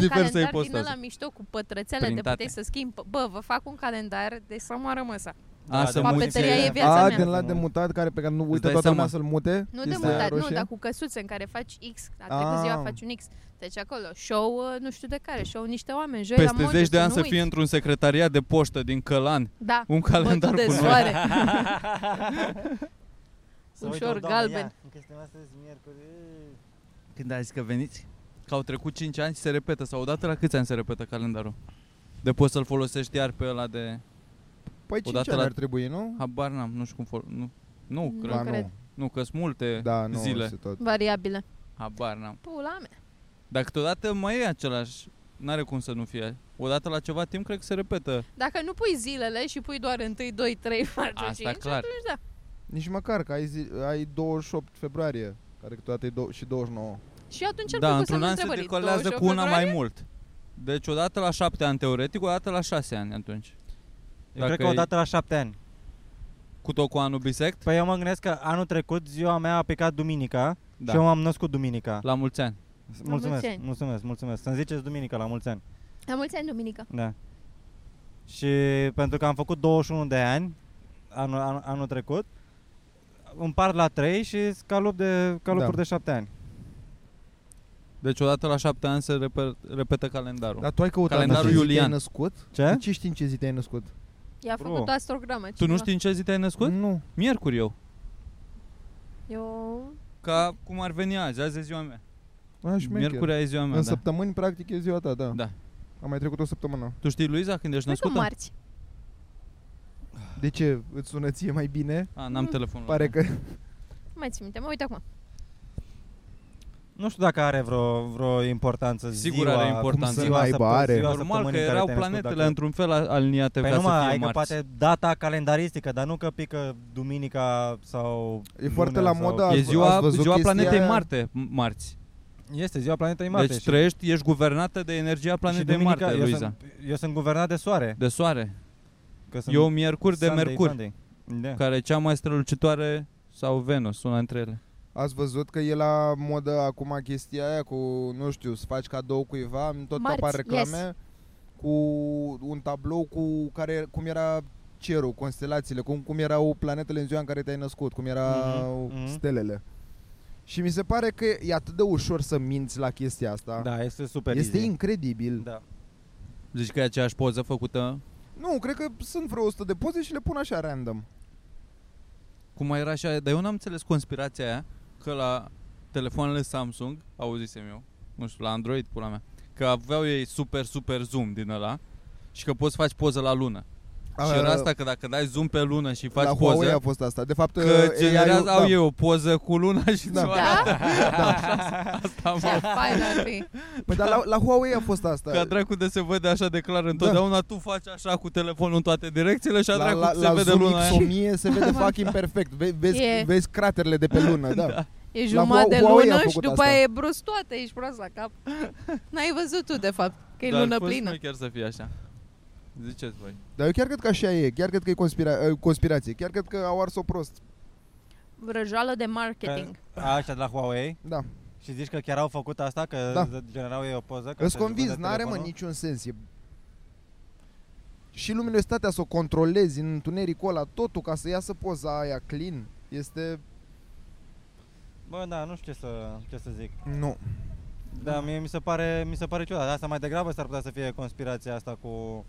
Speaker 4: Diverse
Speaker 2: calendar din
Speaker 4: ipostaze.
Speaker 2: ăla mișto cu pătrățele de
Speaker 4: Printate.
Speaker 2: puteai să schimbi. Bă, vă fac un calendar de să mă rămăsa.
Speaker 1: Da,
Speaker 4: A, să
Speaker 1: da,
Speaker 4: muți.
Speaker 2: Papetăria e viața
Speaker 3: A,
Speaker 2: mea.
Speaker 3: din la de mutat care pe care nu uită
Speaker 4: dai
Speaker 3: toată lumea
Speaker 4: seama.
Speaker 3: să-l mute.
Speaker 2: Nu de
Speaker 3: chestia
Speaker 2: mutat, nu,
Speaker 3: roșie.
Speaker 2: dar cu căsuțe în care faci X. A trecut
Speaker 3: Ah.
Speaker 2: ziua, faci un X. Deci acolo, show, uh, nu știu de care, show niște oameni, joi la
Speaker 4: Peste
Speaker 2: Mogiu,
Speaker 4: zeci de
Speaker 2: tu
Speaker 4: ani
Speaker 2: nu
Speaker 4: să
Speaker 2: uiți.
Speaker 4: fie într-un secretariat de poștă din Călan.
Speaker 2: Da,
Speaker 4: Un calendar
Speaker 2: bătut
Speaker 4: cu
Speaker 2: de
Speaker 4: noi.
Speaker 2: soare.
Speaker 1: Să uite,
Speaker 2: Ușor
Speaker 1: doamne, ia,
Speaker 2: galben.
Speaker 1: că suntem astăzi miercuri. ei.
Speaker 4: Când ai zis că veniți? Că au trecut 5 ani și se repetă. Sau odată la câți ani se repetă calendarul? De poți să-l folosești iar pe ăla de...
Speaker 3: Păi 5
Speaker 4: Odată
Speaker 3: ani
Speaker 4: la-
Speaker 3: ar trebui, nu?
Speaker 4: Habar n-am, nu știu cum... Fol... Nu, nu,
Speaker 2: Nu
Speaker 4: cred.
Speaker 3: Ba,
Speaker 2: cred.
Speaker 3: nu.
Speaker 4: Nu, că sunt multe
Speaker 3: Da, nu,
Speaker 4: zile.
Speaker 3: se tot.
Speaker 2: Variabile.
Speaker 4: Habar n-am.
Speaker 2: Pula mea.
Speaker 4: Dar câteodată mai e același. N-are cum să nu fie. Odată la ceva timp cred că se repetă.
Speaker 2: Dacă nu pui zilele și pui doar 1, 2, 3, 4,
Speaker 4: Asta
Speaker 2: 5, atunci
Speaker 4: clar.
Speaker 2: da.
Speaker 3: Nici măcar, că ai, zi, ai 28 februarie, care câteodată e dou- și 29.
Speaker 2: Și atunci îl
Speaker 4: da,
Speaker 2: pui cu
Speaker 4: într-un
Speaker 2: semnul
Speaker 4: an se
Speaker 2: întrebării.
Speaker 4: decolează
Speaker 2: 28
Speaker 4: cu una mai
Speaker 2: februarie?
Speaker 4: mult. Deci odată la șapte ani teoretic, odată la șase ani atunci.
Speaker 1: Eu cred că
Speaker 4: e
Speaker 1: odată la șapte ani.
Speaker 4: Cu tot cu anul bisect?
Speaker 1: Păi eu mă gândesc că anul trecut ziua mea a picat duminica
Speaker 4: Da.
Speaker 1: și eu m-am născut duminica.
Speaker 4: La mulți ani.
Speaker 1: Mulțumesc,
Speaker 2: mulți ani.
Speaker 1: mulțumesc, mulțumesc. Să-mi ziceți duminica la mulți ani.
Speaker 2: La mulți ani, duminică.
Speaker 1: Da. Și pentru că am făcut 21 de ani anul, anul, anul trecut, împart la 3 și sunt ca lup de, ca
Speaker 3: Da.
Speaker 1: lupuri de 7 ani.
Speaker 4: Deci odată la șapte ani se repe- repetă calendarul.
Speaker 1: Da.
Speaker 3: Dar tu ai căutat
Speaker 4: Calendarul
Speaker 3: în ce zi
Speaker 4: Iulian.
Speaker 3: te-ai născut?
Speaker 1: Ce?
Speaker 3: De ce știi în ce zi te-ai născut?
Speaker 2: I-a
Speaker 1: Bro.
Speaker 2: făcut o astrogramă.
Speaker 4: Tu nu
Speaker 2: cineva.
Speaker 4: știi în ce zi te-ai născut?
Speaker 1: Mm.
Speaker 3: Nu.
Speaker 4: Miercuri eu.
Speaker 2: Eu...
Speaker 4: Ca cum ar veni azi, azi e ziua mea.
Speaker 3: A, șmecher.
Speaker 4: Miercurea e ziua mea,
Speaker 3: În
Speaker 4: da.
Speaker 3: săptămâni, practic, e ziua ta, da.
Speaker 4: Da.
Speaker 3: Am mai trecut o săptămână.
Speaker 4: Tu știi, Luiza, când ești
Speaker 2: Cred că
Speaker 4: născută?
Speaker 2: marți.
Speaker 3: De ce? Îți sună ție mai bine?
Speaker 4: A, n-am
Speaker 2: Mm.
Speaker 4: telefonul.
Speaker 3: Pare că...
Speaker 2: Nu mai țin minte, mă uit acum.
Speaker 1: Nu știu dacă are vreo, vreo importantă
Speaker 4: Sigur
Speaker 1: ziua,
Speaker 4: are importanță.
Speaker 1: cum
Speaker 4: Să
Speaker 1: ziua,
Speaker 3: naibă,
Speaker 1: săptămâ-
Speaker 3: are.
Speaker 1: ziua
Speaker 4: Normal că
Speaker 1: săptămânii în care
Speaker 4: erau
Speaker 1: te-ai născut,
Speaker 4: planetele
Speaker 1: dacă-
Speaker 4: într-un fel al- aliniate
Speaker 1: Păi
Speaker 4: ca
Speaker 1: nu mă,
Speaker 4: să fie
Speaker 1: adică
Speaker 4: marți.
Speaker 1: poate data calendaristică, dar nu că pică duminica sau
Speaker 3: E foarte
Speaker 1: lunea
Speaker 3: la modă.
Speaker 1: Sau...
Speaker 4: E
Speaker 3: Ați-
Speaker 4: ziua,
Speaker 3: ați văzut
Speaker 4: ziua
Speaker 3: chestia
Speaker 4: planetei
Speaker 3: aia?
Speaker 4: Marte, m- marți.
Speaker 1: Este ziua planetei Marte.
Speaker 4: Deci
Speaker 1: și-
Speaker 4: trăiești, ești guvernată de energia
Speaker 1: Păi și
Speaker 4: planetei
Speaker 1: duminica-
Speaker 4: Marte,
Speaker 1: eu
Speaker 4: Luiza.
Speaker 1: Sunt, eu sunt guvernat de soare.
Speaker 4: De soare.
Speaker 1: Că sunt
Speaker 4: Eu miercuri de
Speaker 1: Sunday,
Speaker 4: mercur,
Speaker 1: Sunday. Da.
Speaker 4: care e cea mai strălucitoare sau Venus, una între ele.
Speaker 3: Ați văzut că e la modă acum chestia aia cu, nu știu, să faci cadou cuiva, tot
Speaker 2: Marți,
Speaker 3: apar reclame cu un tablou cu care, cum era cerul, constelațiile, cum, cum erau planetele în ziua în care te-ai născut, cum erau
Speaker 1: Mhm, mhm.
Speaker 3: stelele. Și mi se pare că e atât de ușor să minți la chestia asta.
Speaker 1: da, este super
Speaker 3: este
Speaker 1: easy.
Speaker 3: incredibil.
Speaker 1: Da.
Speaker 4: Zici că e aceeași poză făcută
Speaker 3: Nu, cred că sunt vreo 100 de poze și le pun așa random.
Speaker 4: cum mai era așa, dar eu n-am înțeles conspirația aia că la telefoanele Samsung, auzisem eu, nu știu, la Android, pula mea, că aveau ei super, super zoom din ăla și că poți să faci poză la lună. A, și era asta că dacă dai zoom pe lună și faci
Speaker 3: la Huawei
Speaker 4: poză,
Speaker 3: a fost asta. De fapt,
Speaker 4: că
Speaker 3: AI-ul-
Speaker 4: generează, au
Speaker 3: da.
Speaker 4: ei o poză cu luna și
Speaker 3: Da.
Speaker 4: da.
Speaker 2: Da?
Speaker 4: asta,
Speaker 2: Ce
Speaker 4: mă.
Speaker 2: fain ar fi.
Speaker 3: Păi, dar la, la Huawei a fost asta.
Speaker 4: Ca dracu de se vede așa de clar întotdeauna, tu faci așa cu telefonul în toate direcțiile și a
Speaker 3: Da. la,
Speaker 4: dracu
Speaker 3: la,
Speaker 4: se
Speaker 3: la
Speaker 4: vede
Speaker 3: Zoom
Speaker 4: luna aia.
Speaker 3: X1000 se vede fucking perfect. Ve- vezi,
Speaker 2: E-
Speaker 3: vezi craterele de pe lună, da. da.
Speaker 2: E
Speaker 3: Hua-
Speaker 2: jumătate de
Speaker 3: Huawei a
Speaker 2: lună și
Speaker 3: făcut
Speaker 2: după
Speaker 3: asta.
Speaker 2: aia e brus toată, ești prost la cap. N-ai văzut tu, de fapt, că e
Speaker 4: Dar
Speaker 2: lună
Speaker 4: cum
Speaker 2: plină.
Speaker 4: spui chiar să fie așa. Ziceți voi.
Speaker 3: Dar eu chiar cred că așa e. Chiar cred că e conspira- uh, conspirație. Chiar cred că au ars-o prost.
Speaker 2: Vrăjoală de marketing.
Speaker 1: Așa de la Huawei.
Speaker 3: Da.
Speaker 1: Și zici că chiar au făcut asta, că
Speaker 3: Da.
Speaker 1: da. generau ei o poză. ca
Speaker 3: Îți
Speaker 1: să-și
Speaker 3: convins,
Speaker 1: vândă
Speaker 3: n-are mă
Speaker 1: telefonul.
Speaker 3: niciun sens. E... Și luminositatea să o controlezi în întunericul ăla totul ca să iasă poza aia clean. Este...
Speaker 1: Bă, da, nu știu ce să, ce să zic.
Speaker 3: Nu.
Speaker 1: Da, mie mi se pare, mi se pare ciudat. Asta mai degrabă s-ar putea să fie conspirația asta cu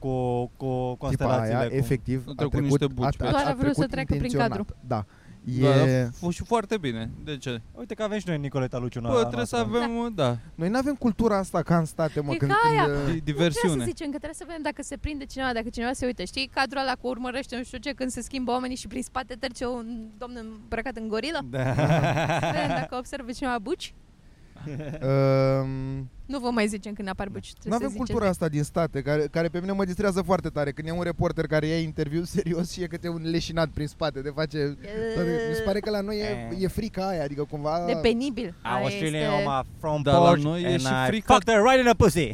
Speaker 1: cu, cu
Speaker 3: Tipa
Speaker 1: constelațiile.
Speaker 3: aia,
Speaker 1: cu...
Speaker 3: efectiv,
Speaker 4: Au
Speaker 3: a
Speaker 4: trecut
Speaker 3: trecut,
Speaker 4: niște buci
Speaker 3: a,
Speaker 4: pe
Speaker 3: a,
Speaker 2: aici. Doar
Speaker 3: a
Speaker 2: a vrut să
Speaker 3: trecut
Speaker 2: treacă prin
Speaker 3: intenționat.
Speaker 2: cadru.
Speaker 3: Da. E...
Speaker 4: Da, dar f- și foarte bine. De ce?
Speaker 1: Uite că avem și noi Nicoleta Luciu.
Speaker 4: Bă, trebuie să avem, da,
Speaker 3: Noi nu avem cultura asta ca în state, mă.
Speaker 2: E
Speaker 3: când,
Speaker 2: ca
Speaker 3: când,
Speaker 2: aia.
Speaker 3: uh,
Speaker 4: di-
Speaker 2: Nu trebuie să
Speaker 4: diversiune.
Speaker 2: zicem că trebuie să vedem dacă se prinde cineva, dacă cineva se uită. Știi, cadrul ăla cu urmărește nu știu ce, când se schimbă oamenii și prin spate trece un domn îmbrăcat în gorilă.
Speaker 1: Da.
Speaker 2: Să Vedem dacă observă cineva buci.
Speaker 3: Um,
Speaker 2: Nu vă mai zicem când apar buci.
Speaker 3: nu
Speaker 2: Trebuie
Speaker 3: avem
Speaker 2: să
Speaker 3: cultura
Speaker 2: ziceți.
Speaker 3: asta din state, care, care pe mine mă distrează foarte tare. Când e un reporter care ia interviu serios și e câte un leșinat prin spate, de face... Doamne,
Speaker 2: Eh.
Speaker 3: mi se pare că la noi e,
Speaker 4: Eh.
Speaker 3: e frica aia, adică cumva...
Speaker 2: De penibil.
Speaker 1: I was chilling on my front
Speaker 4: Dar Da, la
Speaker 1: porch
Speaker 4: noi e
Speaker 1: and
Speaker 4: și
Speaker 1: I
Speaker 4: frică.
Speaker 1: fucked her right in the pussy.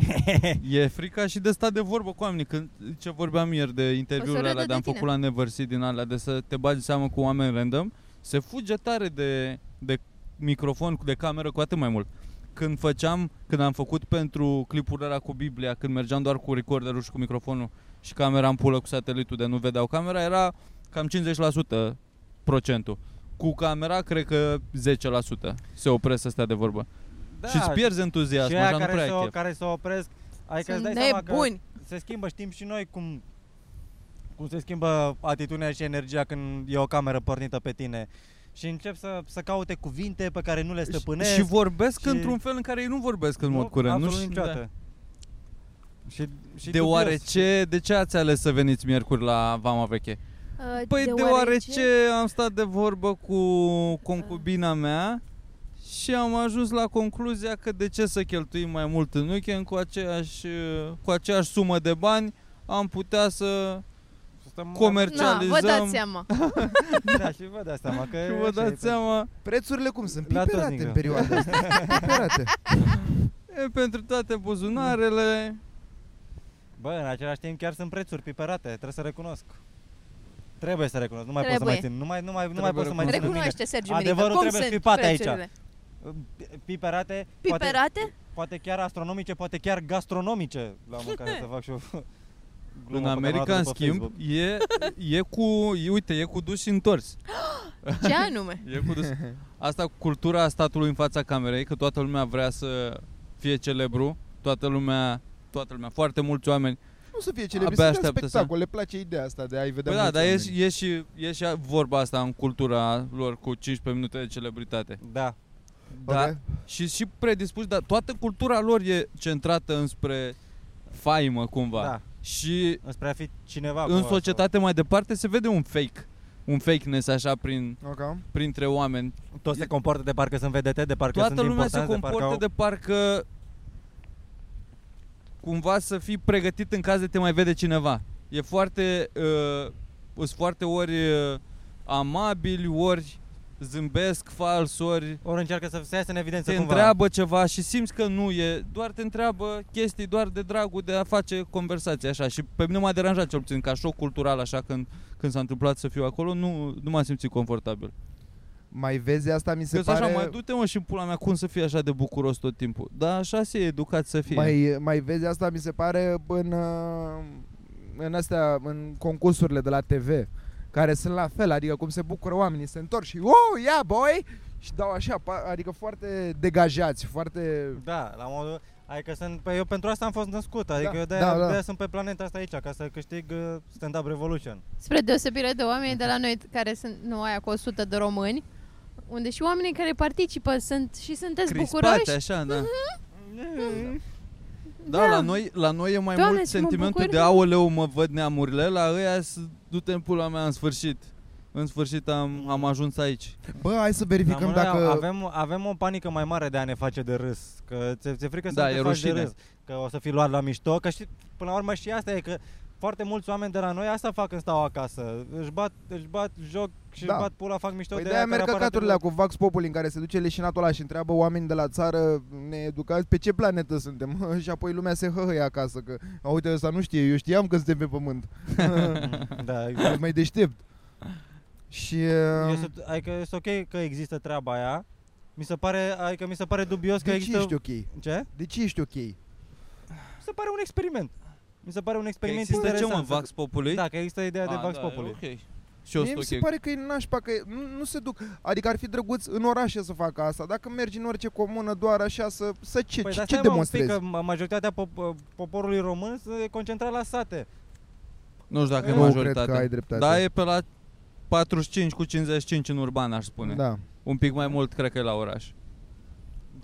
Speaker 4: E frica și de stat de vorbă cu oamenii. Când ce vorbeam ieri de interviurile
Speaker 2: râdă
Speaker 4: alea
Speaker 2: de
Speaker 4: de am
Speaker 2: tine.
Speaker 4: făcut la Neversi din alea, de să te bagi seama cu oameni random, se fuge tare de, de microfon, de cameră, cu atât mai mult. Când făceam, când am făcut pentru clipurile alea cu Biblia, când mergeam doar cu recorderul și cu microfonul și camera în pulă cu satelitul de nu vedeau camera, era cam 50% procentul. Cu camera, cred că 10% se opresc să stea de vorbă. Da, și îți pierzi entuziasmul,
Speaker 1: și aia
Speaker 4: așa nu
Speaker 1: care
Speaker 4: prea e
Speaker 1: s-o-
Speaker 4: chef.
Speaker 1: care se opresc. Adică îți
Speaker 2: Sunt
Speaker 1: dai seama că
Speaker 2: nebuni.
Speaker 1: se schimbă, știm și noi cum cum se schimbă atitudinea și energia când e o cameră pornită pe tine. Și încep să, să caute cuvinte pe care nu le stăpânesc.
Speaker 4: Și vorbesc
Speaker 1: și-
Speaker 4: într-un fel în care ei nu vorbesc în mod curent. Nu
Speaker 1: Absolut
Speaker 4: știu- da.
Speaker 1: niciodată. Și, și
Speaker 4: Deoarece, de ce ați ales să veniți miercuri la Vama Veche?
Speaker 2: Uh,
Speaker 4: Păi deoarece, am stat de vorbă cu concubina mea și am ajuns la concluzia că de ce să cheltuim mai mult în weekend cu aceeași, cu aceeași sumă de bani am putea să
Speaker 1: comer...
Speaker 2: Na, vă dați
Speaker 4: comercializăm
Speaker 2: seama.
Speaker 1: Da, și vă dați seama că...
Speaker 4: și vă
Speaker 1: așa e pe-
Speaker 4: dați seama,
Speaker 3: Prețurile cum sunt?
Speaker 1: La toți
Speaker 3: Piperate
Speaker 1: nică.
Speaker 3: în perioada asta. Piperate.
Speaker 4: e pentru toate buzunarele,
Speaker 1: Bă, în același timp chiar sunt prețuri piperate, trebuie să recunosc. Trebuie să recunosc, nu mai pot să mai
Speaker 2: Trebuie.
Speaker 1: țin, nu mai, nu mai, nu mai
Speaker 4: Trebuie
Speaker 1: pot să mai țin în mine.
Speaker 2: Recunoaște, Sergiu Milică,
Speaker 1: Adevărul
Speaker 2: cum
Speaker 1: trebuie
Speaker 2: sunt
Speaker 1: sfipat aici.
Speaker 2: prețurile?
Speaker 1: P- Piperate, Poate,
Speaker 2: Piperate?
Speaker 1: poate chiar astronomice, poate chiar gastronomice. La mâncare să fac și eu glumă pe
Speaker 4: în
Speaker 1: care am
Speaker 4: America,
Speaker 1: luat-o
Speaker 4: în
Speaker 1: pe
Speaker 4: schimb,
Speaker 1: Facebook.
Speaker 4: e, e cu, e, uite, e cu dus și întors.
Speaker 2: Ce anume?
Speaker 4: E cu dus. Asta cu cultura statului în fața camerei, că toată lumea vrea să fie celebru, toată lumea, toată lumea, foarte mulți oameni.
Speaker 3: Nu să fie
Speaker 4: Abia
Speaker 3: celebrist, să dea
Speaker 4: așteaptă să-
Speaker 3: spectacol. Le place ideea asta de a-i vedea
Speaker 4: Păi da,
Speaker 3: mulți
Speaker 4: dar e,
Speaker 3: oameni.
Speaker 4: și- e, și, e și vorba asta în cultura lor cu 15 minute de celebritate.
Speaker 1: Da.
Speaker 4: Da.
Speaker 3: Ok?
Speaker 4: Și și predispuși, dar toată cultura lor e centrată înspre faimă cumva.
Speaker 1: Da,
Speaker 4: Și
Speaker 1: înspre a fi cineva
Speaker 4: în
Speaker 1: cumva,
Speaker 4: societate mai departe se vede un fake, un fakeness așa prin,
Speaker 3: Ok.
Speaker 4: printre oameni.
Speaker 1: sau- Toți se comportă de parcă sunt vedete, de parcă
Speaker 4: Toată
Speaker 1: Adică sunt
Speaker 4: lumea se
Speaker 1: importanți,
Speaker 4: comportă de
Speaker 1: parcă
Speaker 4: parcă cumva să fii pregătit în caz de te mai vede cineva. E foarte uh, sunt foarte ori uh, amabili, ori zâmbesc fals, ori
Speaker 1: Ori încearcă să se iasă în evidență
Speaker 4: te
Speaker 1: cumva.
Speaker 4: întreabă ceva și simți că nu e, doar te întreabă chestii doar de dragul de a face conversație așa și pe mine m-a deranjat cel puțin ca șoc cultural așa când, când s-a întâmplat să fiu acolo, nu, nu m-am simțit confortabil.
Speaker 3: Mai vezi asta, mi
Speaker 4: Se
Speaker 3: se
Speaker 4: că pare...
Speaker 3: pare...
Speaker 4: așa, mai du-te mă și pula mea, cum să fii așa de bucuros tot timpul? Dar așa se e educat să fie.
Speaker 3: mai, mai vezi asta, mi se pare, în, uh, în astea, în concursurile de la TV, care sunt la fel, adică cum se bucură oamenii, se întorc și, wow, yeah, boy! Și dau așa, pa- adică foarte degajați, foarte...
Speaker 1: Da, la modul... Adică sunt, pe, eu pentru asta am fost născut, adică
Speaker 3: Da,
Speaker 1: eu de-aia,
Speaker 3: da, da.
Speaker 1: de-aia sunt pe planeta asta aici, ca să câștig uh, stand-up Revolution.
Speaker 2: Spre deosebire de oamenii de la noi care sunt, nu aia cu 100 de români, unde și oamenii care participă sunt și sunteți bucuroși. Mhm,
Speaker 4: Crispate, așa, da. Mm. Da, la noi, la noi e mai
Speaker 2: Doamne,
Speaker 4: mult
Speaker 2: ce mă
Speaker 4: sentimentul
Speaker 2: bucur.
Speaker 4: de aoleu mă văd neamurile, la ăia s- du-te în pula mea în sfârșit. În sfârșit am, am ajuns aici.
Speaker 1: Păi
Speaker 3: Bă, hai să
Speaker 1: La
Speaker 3: verificăm
Speaker 1: mâna
Speaker 3: dacă...
Speaker 1: Da, avem, avem o panică mai mare de a ne face de râs, că ți-e ți frică să
Speaker 4: Da,
Speaker 1: te
Speaker 4: e
Speaker 1: faci de
Speaker 4: rușine.
Speaker 1: râs, că o să fii luat la mișto, că și până la urmă și asta e că foarte mulți oameni de la noi asta fac când stau acasă. Își bat, își bat joc și
Speaker 3: Da.
Speaker 1: își bat pula, fac mișto
Speaker 3: Păi
Speaker 1: de
Speaker 3: de-aia
Speaker 1: aia care
Speaker 3: merg
Speaker 1: apar la
Speaker 3: căcaturile
Speaker 1: televizor.
Speaker 3: cu Vax Populi în care se duce leșinatul ăla și întreabă oameni de la țară needucați pe ce planetă suntem și apoi lumea se hăhăie acasă că "A, uite ăsta nu știe, eu știam că suntem pe pământ.
Speaker 1: Da, exact.
Speaker 3: Ești mai deștept. Și
Speaker 1: Eu
Speaker 3: um,
Speaker 1: sunt, adică este ok că există treaba aia. Mi se pare, adică mi se pare dubios că
Speaker 3: de ce
Speaker 1: există...
Speaker 3: ești ok?
Speaker 1: Ce?
Speaker 3: De ce ești ok?
Speaker 1: Mi se pare un experiment. Mi se pare un
Speaker 4: Că
Speaker 1: experiment
Speaker 4: există ce mă,
Speaker 1: interesant.
Speaker 4: Vax Populi?
Speaker 1: Da, că există ideea de
Speaker 4: Ah,
Speaker 1: Vax
Speaker 4: da,
Speaker 1: Populi.
Speaker 4: ok. Și eu
Speaker 3: Mie
Speaker 4: sunt
Speaker 3: mi se
Speaker 4: ok.
Speaker 3: pare că e nașpa, că nu, nu se duc. Adică ar fi drăguț în orașe să facă asta. Dacă mergi în orice comună doar așa să, să ce,
Speaker 1: Păi,
Speaker 3: ce,
Speaker 1: dar
Speaker 3: ce
Speaker 1: stai mă un
Speaker 3: demonstrezi?
Speaker 1: pic, că ma- majoritatea pop- poporului român se concentrat la sate.
Speaker 4: Nu știu dacă e
Speaker 3: nu cred că ai
Speaker 4: majoritatea.
Speaker 3: dreptate.
Speaker 4: Da, e pe la 45 cu 55 în urban, aș spune.
Speaker 3: da.
Speaker 4: Un pic mai mult, cred că e la oraș.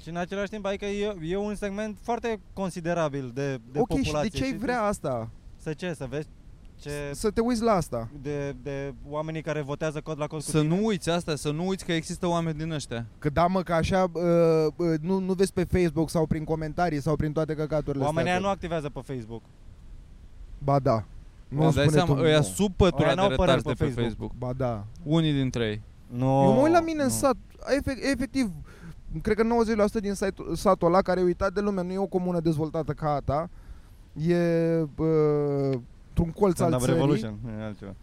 Speaker 1: Și în același timp, adică e, e un segment foarte considerabil de, de
Speaker 3: ok, și
Speaker 1: populație.
Speaker 3: de ce ai vrea asta?
Speaker 1: Să ce, să vezi ce...
Speaker 3: Să te uiți la asta.
Speaker 1: De, de oamenii care votează cod la cod cu
Speaker 4: Să nu uiți asta, să nu uiți că există oameni din ăștia.
Speaker 3: Că da, mă, că așa uh, uh, nu, nu vezi pe Facebook sau prin comentarii sau prin toate căcaturile
Speaker 1: Oamenii aia
Speaker 3: astea.
Speaker 1: nu activează pe Facebook.
Speaker 3: că- Ba da. Nu
Speaker 4: Îți dai
Speaker 3: spune
Speaker 4: seama,
Speaker 3: tu,
Speaker 4: ăia
Speaker 3: nu.
Speaker 4: sub
Speaker 1: Aia
Speaker 4: pătura de
Speaker 1: n-au păreri
Speaker 4: retarzi
Speaker 1: pe
Speaker 4: de pe
Speaker 1: Facebook.
Speaker 4: Facebook.
Speaker 3: Ba da.
Speaker 4: Unii dintre ei.
Speaker 1: Nu.
Speaker 3: Eu mă uit la mine
Speaker 1: nu.
Speaker 3: în sat, efect, efectiv, cred că 90% din sat, satul ăla care e uitat de lume, nu e o comună dezvoltată ca a ta, e uh, un colț al
Speaker 1: Stand-up
Speaker 3: țării.
Speaker 1: Revolution, e altceva.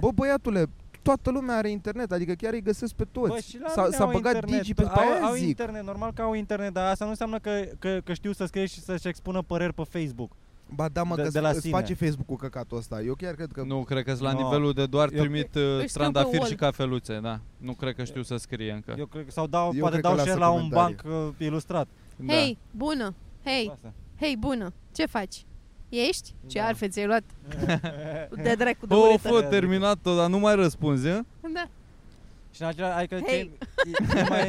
Speaker 3: Bă, băiatule, toată lumea are internet, adică chiar îi găsesc pe toți.
Speaker 1: Bă, și la
Speaker 3: s-a,
Speaker 1: mine
Speaker 3: s-a
Speaker 1: au
Speaker 3: băgat
Speaker 1: internet.
Speaker 3: digi pe
Speaker 1: au,
Speaker 3: aia
Speaker 1: au
Speaker 3: zic.
Speaker 1: internet, normal că au internet, dar asta nu înseamnă că, că, că știu să scrie și să-și expună păreri pe Facebook.
Speaker 3: Ba da, mă,
Speaker 1: de-
Speaker 3: că
Speaker 1: de la
Speaker 3: îți
Speaker 1: sine.
Speaker 3: face Facebook-ul căcatul ăsta. Eu chiar cred că...
Speaker 4: Nu, cred că la
Speaker 1: No.
Speaker 4: nivelul de doar
Speaker 1: Eu-
Speaker 4: trimit uh,
Speaker 2: pe
Speaker 4: trandafiri
Speaker 2: wall.
Speaker 4: și cafeluțe, da. Nu cred că știu să scrie încă.
Speaker 1: Eu cred că sau dau,
Speaker 3: Da. Eu
Speaker 1: poate
Speaker 3: cred că
Speaker 1: dau
Speaker 3: lasă
Speaker 1: share la un banc
Speaker 3: comentarii.
Speaker 1: uh, ilustrat.
Speaker 4: Da.
Speaker 2: Hei, bună! Hei,
Speaker 1: Lasă.
Speaker 2: hei, bună! Ce faci? Ești? Ce
Speaker 1: Da.
Speaker 2: arfe ți-ai luat? De dracu de
Speaker 4: Oh,
Speaker 2: oh,
Speaker 4: fă, terminat-o, dar nu mai răspunzi, eh?
Speaker 2: Da.
Speaker 1: Și în același, adică
Speaker 2: Hei.
Speaker 1: ce, e, e mai,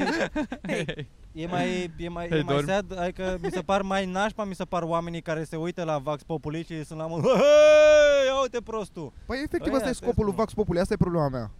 Speaker 1: e mai, e mai,
Speaker 4: Hei,
Speaker 1: e mai
Speaker 4: dorm.
Speaker 1: sad, adică mi se par mai nașpa, mi se par oamenii care se uită la Vax Populi și sunt la modul, hei, ia uite prostul.
Speaker 3: Păi efectiv
Speaker 1: Ăia,
Speaker 3: asta e
Speaker 1: asta
Speaker 3: scopul lui
Speaker 1: este, mă.
Speaker 3: Vax Populi, asta e problema mea.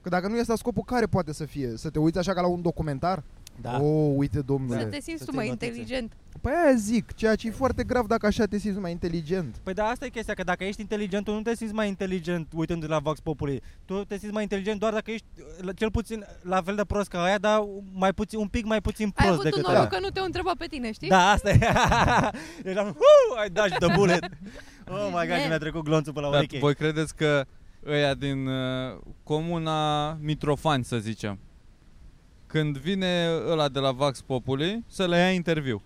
Speaker 3: Că dacă nu e asta scopul, care poate să fie? Să te uiți așa ca la un documentar?
Speaker 4: Da.
Speaker 1: Da.
Speaker 3: Oh, uite domnule.
Speaker 2: Să te simți
Speaker 1: Să
Speaker 2: tu
Speaker 1: te
Speaker 2: mai
Speaker 1: notițe.
Speaker 2: inteligent.
Speaker 3: Păi aia zic, ceea ce e foarte grav dacă așa te simți mai inteligent.
Speaker 1: Păi da, asta e chestia, că dacă ești inteligent, tu nu te simți mai inteligent uitându-te la Vox Populi. Tu te simți mai inteligent doar dacă ești la- cel puțin la fel de prost ca aia, dar mai puțin, un pic mai puțin
Speaker 2: Ai
Speaker 1: prost
Speaker 2: avut un
Speaker 1: decât
Speaker 2: noroc
Speaker 1: ăla.
Speaker 2: că nu te-au întrebat pe tine, știi?
Speaker 1: Da, asta e. Eram, uh, I dodged the bullet. Oh my god,
Speaker 2: Bine.
Speaker 1: mi-a trecut glonțul pe la
Speaker 4: Dar
Speaker 1: ureche.
Speaker 4: Da, voi credeți că ăia din uh, comuna Mitrofani, să zicem, când vine ăla de la Vax Populi să le ia interviu.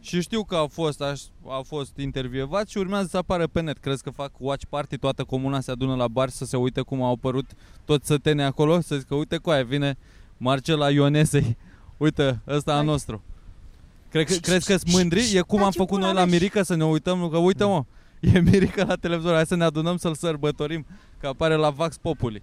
Speaker 4: Și știu că au fost, aș, au fost intervievați și urmează să apară pe net. Crezi că fac watch party, toată comuna se adună la bar să se uite cum au apărut toți sătenii acolo? Să zică, uite cu aia, vine Marcela Ionesei. Uite, ăsta al
Speaker 2: Hai.
Speaker 4: nostru. Cred că, crezi că sunt mândri? E cum
Speaker 2: Da,
Speaker 4: am
Speaker 2: ce
Speaker 4: făcut
Speaker 2: pula
Speaker 4: noi
Speaker 2: mea
Speaker 4: la
Speaker 2: și-
Speaker 4: Mirica să ne uităm, că uite mă, e Mirica la televizor, hai să ne adunăm să-l sărbătorim, că apare la Vax Populi.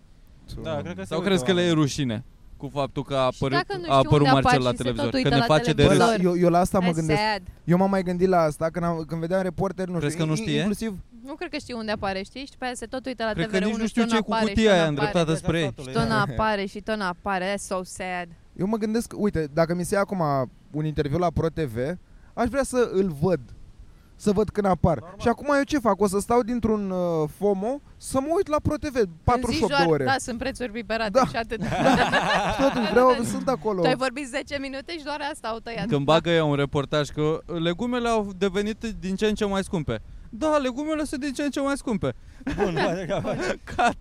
Speaker 1: Da, cred că se
Speaker 4: Sau
Speaker 1: uită
Speaker 4: crezi că le e
Speaker 1: oamenii.
Speaker 4: rușine cu faptul că a
Speaker 2: Și
Speaker 4: apărut,
Speaker 2: dacă nu știu
Speaker 4: a apărut
Speaker 2: unde apar
Speaker 4: Marcel
Speaker 2: și
Speaker 4: la
Speaker 2: se
Speaker 4: televizor,
Speaker 2: tot
Speaker 4: că
Speaker 2: uită
Speaker 4: ne
Speaker 2: la
Speaker 4: face de
Speaker 3: Bă,
Speaker 4: râs.
Speaker 2: televizor.
Speaker 3: la, eu, eu la asta mă
Speaker 2: That's
Speaker 3: gândesc.
Speaker 2: sad.
Speaker 3: Eu m-am mai gândit la asta când, am, când vedeam reporteri, nu
Speaker 4: Crezi
Speaker 3: știu,
Speaker 4: că nu
Speaker 3: in-
Speaker 4: știe?
Speaker 3: Inclusiv,
Speaker 2: Nu cred că știu unde apare, știi? Și pe aia se tot uită la
Speaker 4: Cred
Speaker 2: TVR1
Speaker 4: că nici nu
Speaker 2: și
Speaker 4: știu
Speaker 2: tot
Speaker 4: ce e cu
Speaker 2: apare, și
Speaker 4: cutia
Speaker 2: tot
Speaker 4: aia
Speaker 2: n-apare.
Speaker 4: îndreptată
Speaker 1: Vezi,
Speaker 4: spre ei.
Speaker 1: statului, da.
Speaker 2: Tot n-apare și tot n-apare, that's so sad.
Speaker 3: eu mă gândesc, uite, dacă mi se ia acum un interviu la Pro TV, aș vrea să îl văd. să văd când apar. Normal. Și acum eu ce fac? O să stau dintr-un uh, FOMO să mă uit la ProTV 48
Speaker 2: Zici
Speaker 3: de
Speaker 2: doar,
Speaker 3: ore.
Speaker 2: Da, sunt prețuri biberate
Speaker 3: Da.
Speaker 2: și atât.
Speaker 3: Totuși vreau, sunt acolo.
Speaker 2: Tu ai vorbit 10 minute și doar asta au tăiat.
Speaker 4: Când bagă ea un reportaj că legumele au devenit din ce în ce mai scumpe. Da, legumele sunt din ce în ce mai scumpe.
Speaker 1: Bun, bate cap.
Speaker 4: Cat.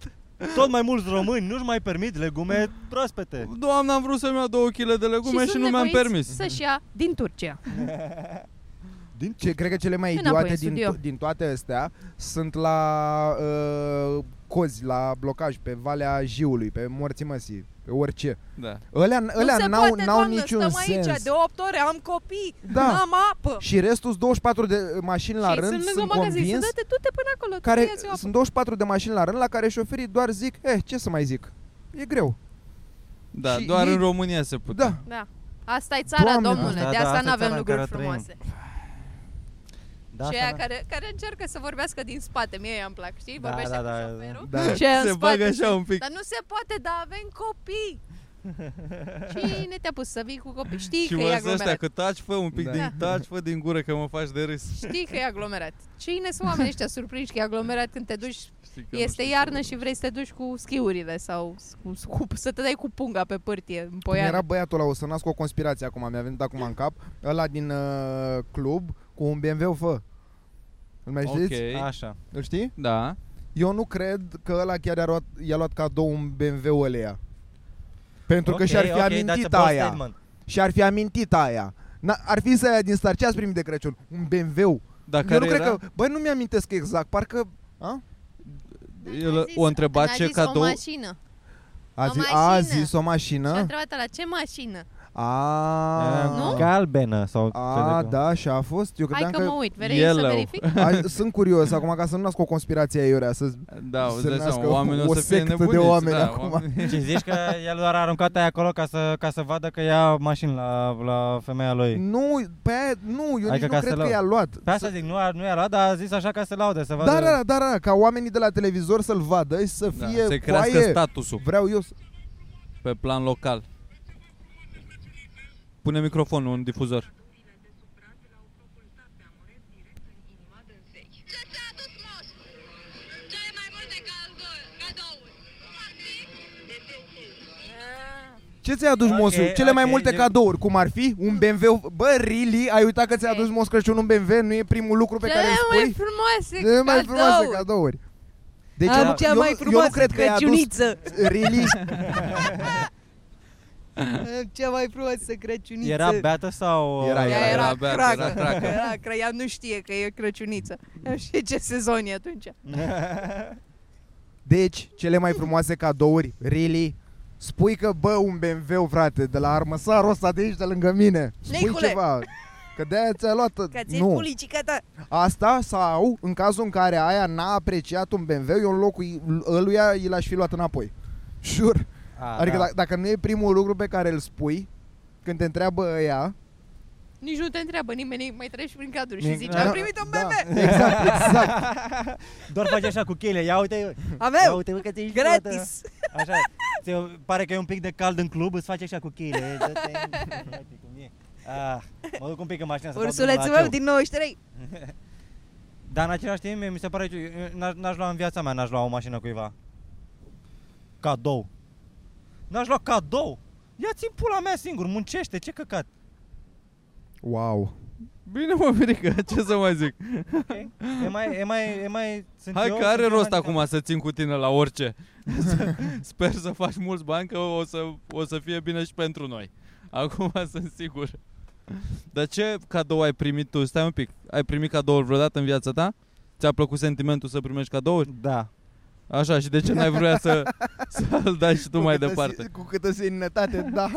Speaker 1: Tot mai mulți români nu-și mai permit legume proaspete.
Speaker 4: Doamne, am vrut să-mi iau două kg de legume și,
Speaker 2: sunt
Speaker 4: nu mi-am
Speaker 2: nevoiți
Speaker 4: permis.
Speaker 2: Să-și ia din Turcia.
Speaker 1: Din
Speaker 3: Ce cred că cele mai
Speaker 2: Înapoi
Speaker 3: idiote
Speaker 2: în
Speaker 3: din,
Speaker 2: studio.
Speaker 3: to- din toate astea sunt la uh, cozi, la blocaj, pe Valea Jiului, pe morții măsii, pe orice.
Speaker 4: Da.
Speaker 3: Ălea,
Speaker 2: nu
Speaker 3: ălea
Speaker 2: se
Speaker 3: n-au,
Speaker 2: poate,
Speaker 3: n-au
Speaker 2: doamnă,
Speaker 3: niciun
Speaker 2: stăm
Speaker 3: sens.
Speaker 2: aici de 8 ore, am copii,
Speaker 3: Da.
Speaker 2: am apă.
Speaker 3: Și restul sunt 24 de uh, mașini la
Speaker 2: și
Speaker 3: rând,
Speaker 2: sunt
Speaker 3: sunt
Speaker 2: lângă magazin, să
Speaker 3: convins,
Speaker 2: dă-te, du-te până acolo,
Speaker 3: care
Speaker 2: tu ia-ți o apă.
Speaker 3: sunt 24 de mașini la rând la care șoferii doar zic, eh, ce să mai zic? E greu.
Speaker 4: Da,
Speaker 3: Și
Speaker 4: doar
Speaker 3: ei-
Speaker 4: în România se putea.
Speaker 3: Da.
Speaker 2: Da. Asta e țara,
Speaker 3: Doamne,
Speaker 2: domnule,
Speaker 1: da,
Speaker 2: de
Speaker 1: da,
Speaker 2: asta
Speaker 1: asta e
Speaker 2: nu avem
Speaker 1: țara în
Speaker 2: lucruri
Speaker 1: care trăim.
Speaker 2: frumoase.
Speaker 1: Da,
Speaker 2: Ceea
Speaker 1: asta,
Speaker 2: care, care încearcă să vorbească din spate, mie îmi plac, știi?
Speaker 1: Da,
Speaker 2: Vorbește
Speaker 1: da,
Speaker 2: cu
Speaker 1: da, da.
Speaker 2: șoferul.
Speaker 3: Da.
Speaker 2: Ceea în
Speaker 4: Se
Speaker 2: spate,
Speaker 4: bagă așa
Speaker 2: știi?
Speaker 4: un pic.
Speaker 2: Dar nu se poate, dar avem copii. Cine te-a pus să vii cu copii? Știi
Speaker 4: Și
Speaker 2: că
Speaker 4: mă
Speaker 2: e
Speaker 4: ăștia
Speaker 2: aglomerat.
Speaker 4: că taci, fă un pic
Speaker 3: Da.
Speaker 4: din taci, fă din gură că mă faci de râs.
Speaker 2: Știi că e aglomerat. Cine sunt oamenii ăștia surprinși că e aglomerat când te duci?
Speaker 4: Știi că nu
Speaker 2: Este
Speaker 4: știu
Speaker 2: iarnă
Speaker 4: ce-
Speaker 2: și vrei să te duci cu schiurile sau s- cu, cu, să te dai cu punga pe pârtie
Speaker 4: Păi
Speaker 2: în
Speaker 3: Cum era
Speaker 2: poiană.
Speaker 3: băiatul ăla, o să nasc o conspirație acum, mi-a venit acum în cap, ăla din uh, club cu un BMW fă. Îl mai știți?
Speaker 4: Ok.
Speaker 1: Așa.
Speaker 3: Îl știi?
Speaker 4: Da.
Speaker 3: Eu nu cred că ăla chiar i-a luat, i-a luat cadou un BMW ăleia. Pentru că și-ar fi
Speaker 1: Ok, ok, that's a
Speaker 3: amintit
Speaker 1: bold
Speaker 3: aia.
Speaker 1: statement.
Speaker 3: Și-ar fi amintit aia. Na, ar fi să aia din start. Ce ați primit de Crăciun? Un BMW.
Speaker 4: Dar
Speaker 3: Eu nu
Speaker 4: care
Speaker 3: cred
Speaker 4: era?
Speaker 3: că... Bă, nu mi-amintesc exact. Parcă... A?
Speaker 4: El o întreba ce cadou...
Speaker 2: O mașină.
Speaker 3: A,
Speaker 2: O
Speaker 3: zis, a
Speaker 2: mașină.
Speaker 3: zis
Speaker 2: Și
Speaker 3: o
Speaker 2: a
Speaker 3: mașină?
Speaker 2: întrebat la ce mașină?
Speaker 3: A,
Speaker 2: Nu?
Speaker 1: Ehm, Galbenă sau
Speaker 3: a,
Speaker 1: cred că-
Speaker 3: Ah. da, și a fost. Eu
Speaker 2: Hai
Speaker 3: credeam
Speaker 2: că,
Speaker 3: că...
Speaker 2: mă uit, vrei să
Speaker 4: Yellow.
Speaker 2: verific?
Speaker 3: A, sunt curios acum ca să nu nasc o conspirație aiurea să
Speaker 4: Da,
Speaker 3: Se
Speaker 4: îți dai
Speaker 3: nască
Speaker 4: seama, oamenii
Speaker 3: o
Speaker 4: o, să fie
Speaker 3: sectă de
Speaker 4: nebuniți.
Speaker 3: oameni
Speaker 4: da,
Speaker 3: acum.
Speaker 4: oamenii-
Speaker 1: Și zici că el doar a aruncat aia acolo ca să, ca să vadă că ia mașini la, la femeia lui.
Speaker 3: Nu, pe aia, nu, eu
Speaker 1: Adică
Speaker 3: nici
Speaker 1: ca
Speaker 3: nu cred
Speaker 1: să
Speaker 3: că
Speaker 1: lau.
Speaker 3: i-a luat.
Speaker 1: Pe asta zic, nu, a, nu i-a luat, dar a zis așa ca să laude, să vadă.
Speaker 3: Da, da, da, da, da, ca oamenii de la televizor să-l vadă și să
Speaker 4: Da,
Speaker 3: fie
Speaker 4: se crească
Speaker 3: coaie.
Speaker 4: statusul
Speaker 3: Vreau eu să...
Speaker 4: pe plan local. Pune microfonul în difuzor.
Speaker 5: Ce ți-a adus moșul? Cele mai multe cadou- cadouri. Practic,
Speaker 3: Ce ți-ai adus,
Speaker 1: Ok,
Speaker 3: mosul? Cele mai
Speaker 1: ok,
Speaker 3: multe
Speaker 1: de-
Speaker 3: cadouri, cum ar fi un BMW. Bă, really? Ai uitat că ți-ai
Speaker 2: Ok.
Speaker 3: adus Mos Crăciun un BMW? Nu e primul lucru pe care îl
Speaker 2: Cele mai
Speaker 3: spui?
Speaker 2: frumoase
Speaker 3: Cele mai frumoase
Speaker 2: cadouri.
Speaker 3: cadouri. Deci
Speaker 2: Am
Speaker 3: eu, nu-
Speaker 2: cea
Speaker 3: eu,
Speaker 2: mai
Speaker 3: nu- eu nu
Speaker 2: frumoasă
Speaker 3: cred că i-a adus
Speaker 2: Crăciuniță.
Speaker 3: really
Speaker 2: Am Cea mai frumoasă Crăciuniță.
Speaker 1: Era beată sau... uh,
Speaker 3: Era,
Speaker 2: Ea era,
Speaker 4: Era beată,
Speaker 2: cracă.
Speaker 4: era cracă.
Speaker 2: Era cra- ea nu știe că e Crăciuniță. Nu știe ce sezon e atunci.
Speaker 3: Deci, cele mai frumoase cadouri, really? Spui că, bă, un BMW, frate, de la armăsarul ăsta de aici, de lângă mine. Spui
Speaker 2: Nicule!
Speaker 3: ceva. Că de-aia ți-a luat...
Speaker 2: Că ți
Speaker 3: nu.
Speaker 2: cu licica ta.
Speaker 3: Asta sau, în cazul în care aia n-a apreciat un BMW, eu în locul i- ăluia i l-aș fi luat înapoi. Sure.
Speaker 1: A,
Speaker 3: adică
Speaker 1: da.
Speaker 3: da. dacă nu e primul lucru pe care îl spui, când te întreabă ea,
Speaker 2: Nici nu te întreabă nimeni, mai treci prin cadru și
Speaker 1: Nici-
Speaker 2: zici,
Speaker 1: da.
Speaker 2: am primit un
Speaker 3: Da,
Speaker 2: bebe.
Speaker 3: exact, exact.
Speaker 1: Doar faci așa cu cheile, ia uite, ia
Speaker 2: Avem,
Speaker 1: uite, că ți
Speaker 2: gratis.
Speaker 1: Așa, ți pare că e un pic de cald în club, îți faci așa cu cheile. dă-te în- uite cum e. Ah, mă duc un pic în mașină să dau drumul la
Speaker 2: Ursulețul
Speaker 1: aceu.
Speaker 2: meu din 93.
Speaker 1: Dar în același timp, mi se pare că eu n-aș, n-aș lua în viața mea, n-aș lua o mașină cuiva. Cadou. N-aș lua cadou. Ia ți pula mea singur, muncește, ce căcat.
Speaker 3: Wow.
Speaker 4: Bine mă, Virică, ce să mai zic?
Speaker 1: Okay? E mai, e mai, e mai... Sunt
Speaker 4: Hai
Speaker 1: eu,
Speaker 4: că are
Speaker 1: sunt eu
Speaker 4: rost
Speaker 1: mai-
Speaker 4: acum să țin cu tine la orice. Să- Sper să faci mulți bani că o să, o să fie bine și pentru noi. Acum sunt sigur. Dar ce cadou ai primit tu? Stai un pic. Ai primit cadoul vreodată în viața ta? Ți-a plăcut sentimentul să primești cadouri?
Speaker 1: Da.
Speaker 4: Așa, și de ce n-ai vrea să, să-l dai și tu mai
Speaker 3: câtă
Speaker 4: departe?
Speaker 3: se- cu câtă seninătate, da.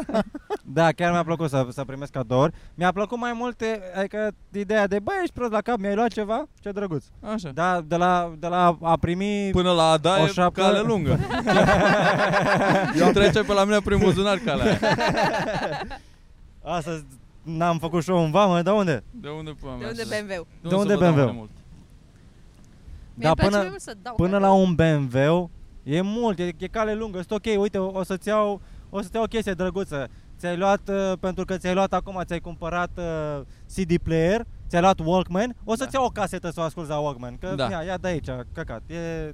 Speaker 1: Da, chiar mi-a plăcut să, să primesc cadouri. Mi-a plăcut mai multe, adică ideea de, bă, ești prost la cap, mi-ai luat ceva? Ce drăguț.
Speaker 4: Așa.
Speaker 1: Da, de la, de la a primi...
Speaker 4: Până la a da
Speaker 1: O
Speaker 4: o
Speaker 1: șapcă.
Speaker 4: cale lungă. și trece pe la mine prin buzunar calea aia.
Speaker 1: Astăzi n-am făcut show în vamă, dar unde?
Speaker 4: De unde până
Speaker 2: De unde BMW?
Speaker 1: De unde BMW?
Speaker 2: Mi-ar place
Speaker 1: până-
Speaker 2: mai mult să dau
Speaker 1: Până la
Speaker 2: cadou.
Speaker 1: un BMW e mult, e, e cale lungă, sunt ok, uite, o, o să-ți iau, o să-ți iau o chestie drăguță. Ți-ai luat, uh, pentru că ți-ai luat acum, ți-ai cumpărat uh, CD player ți-ai luat Walkman, o să-ți
Speaker 4: Da.
Speaker 1: iau o casetă să o asculti la Walkman. Că
Speaker 4: Da.
Speaker 1: ia, ia de aici, căcat. E... e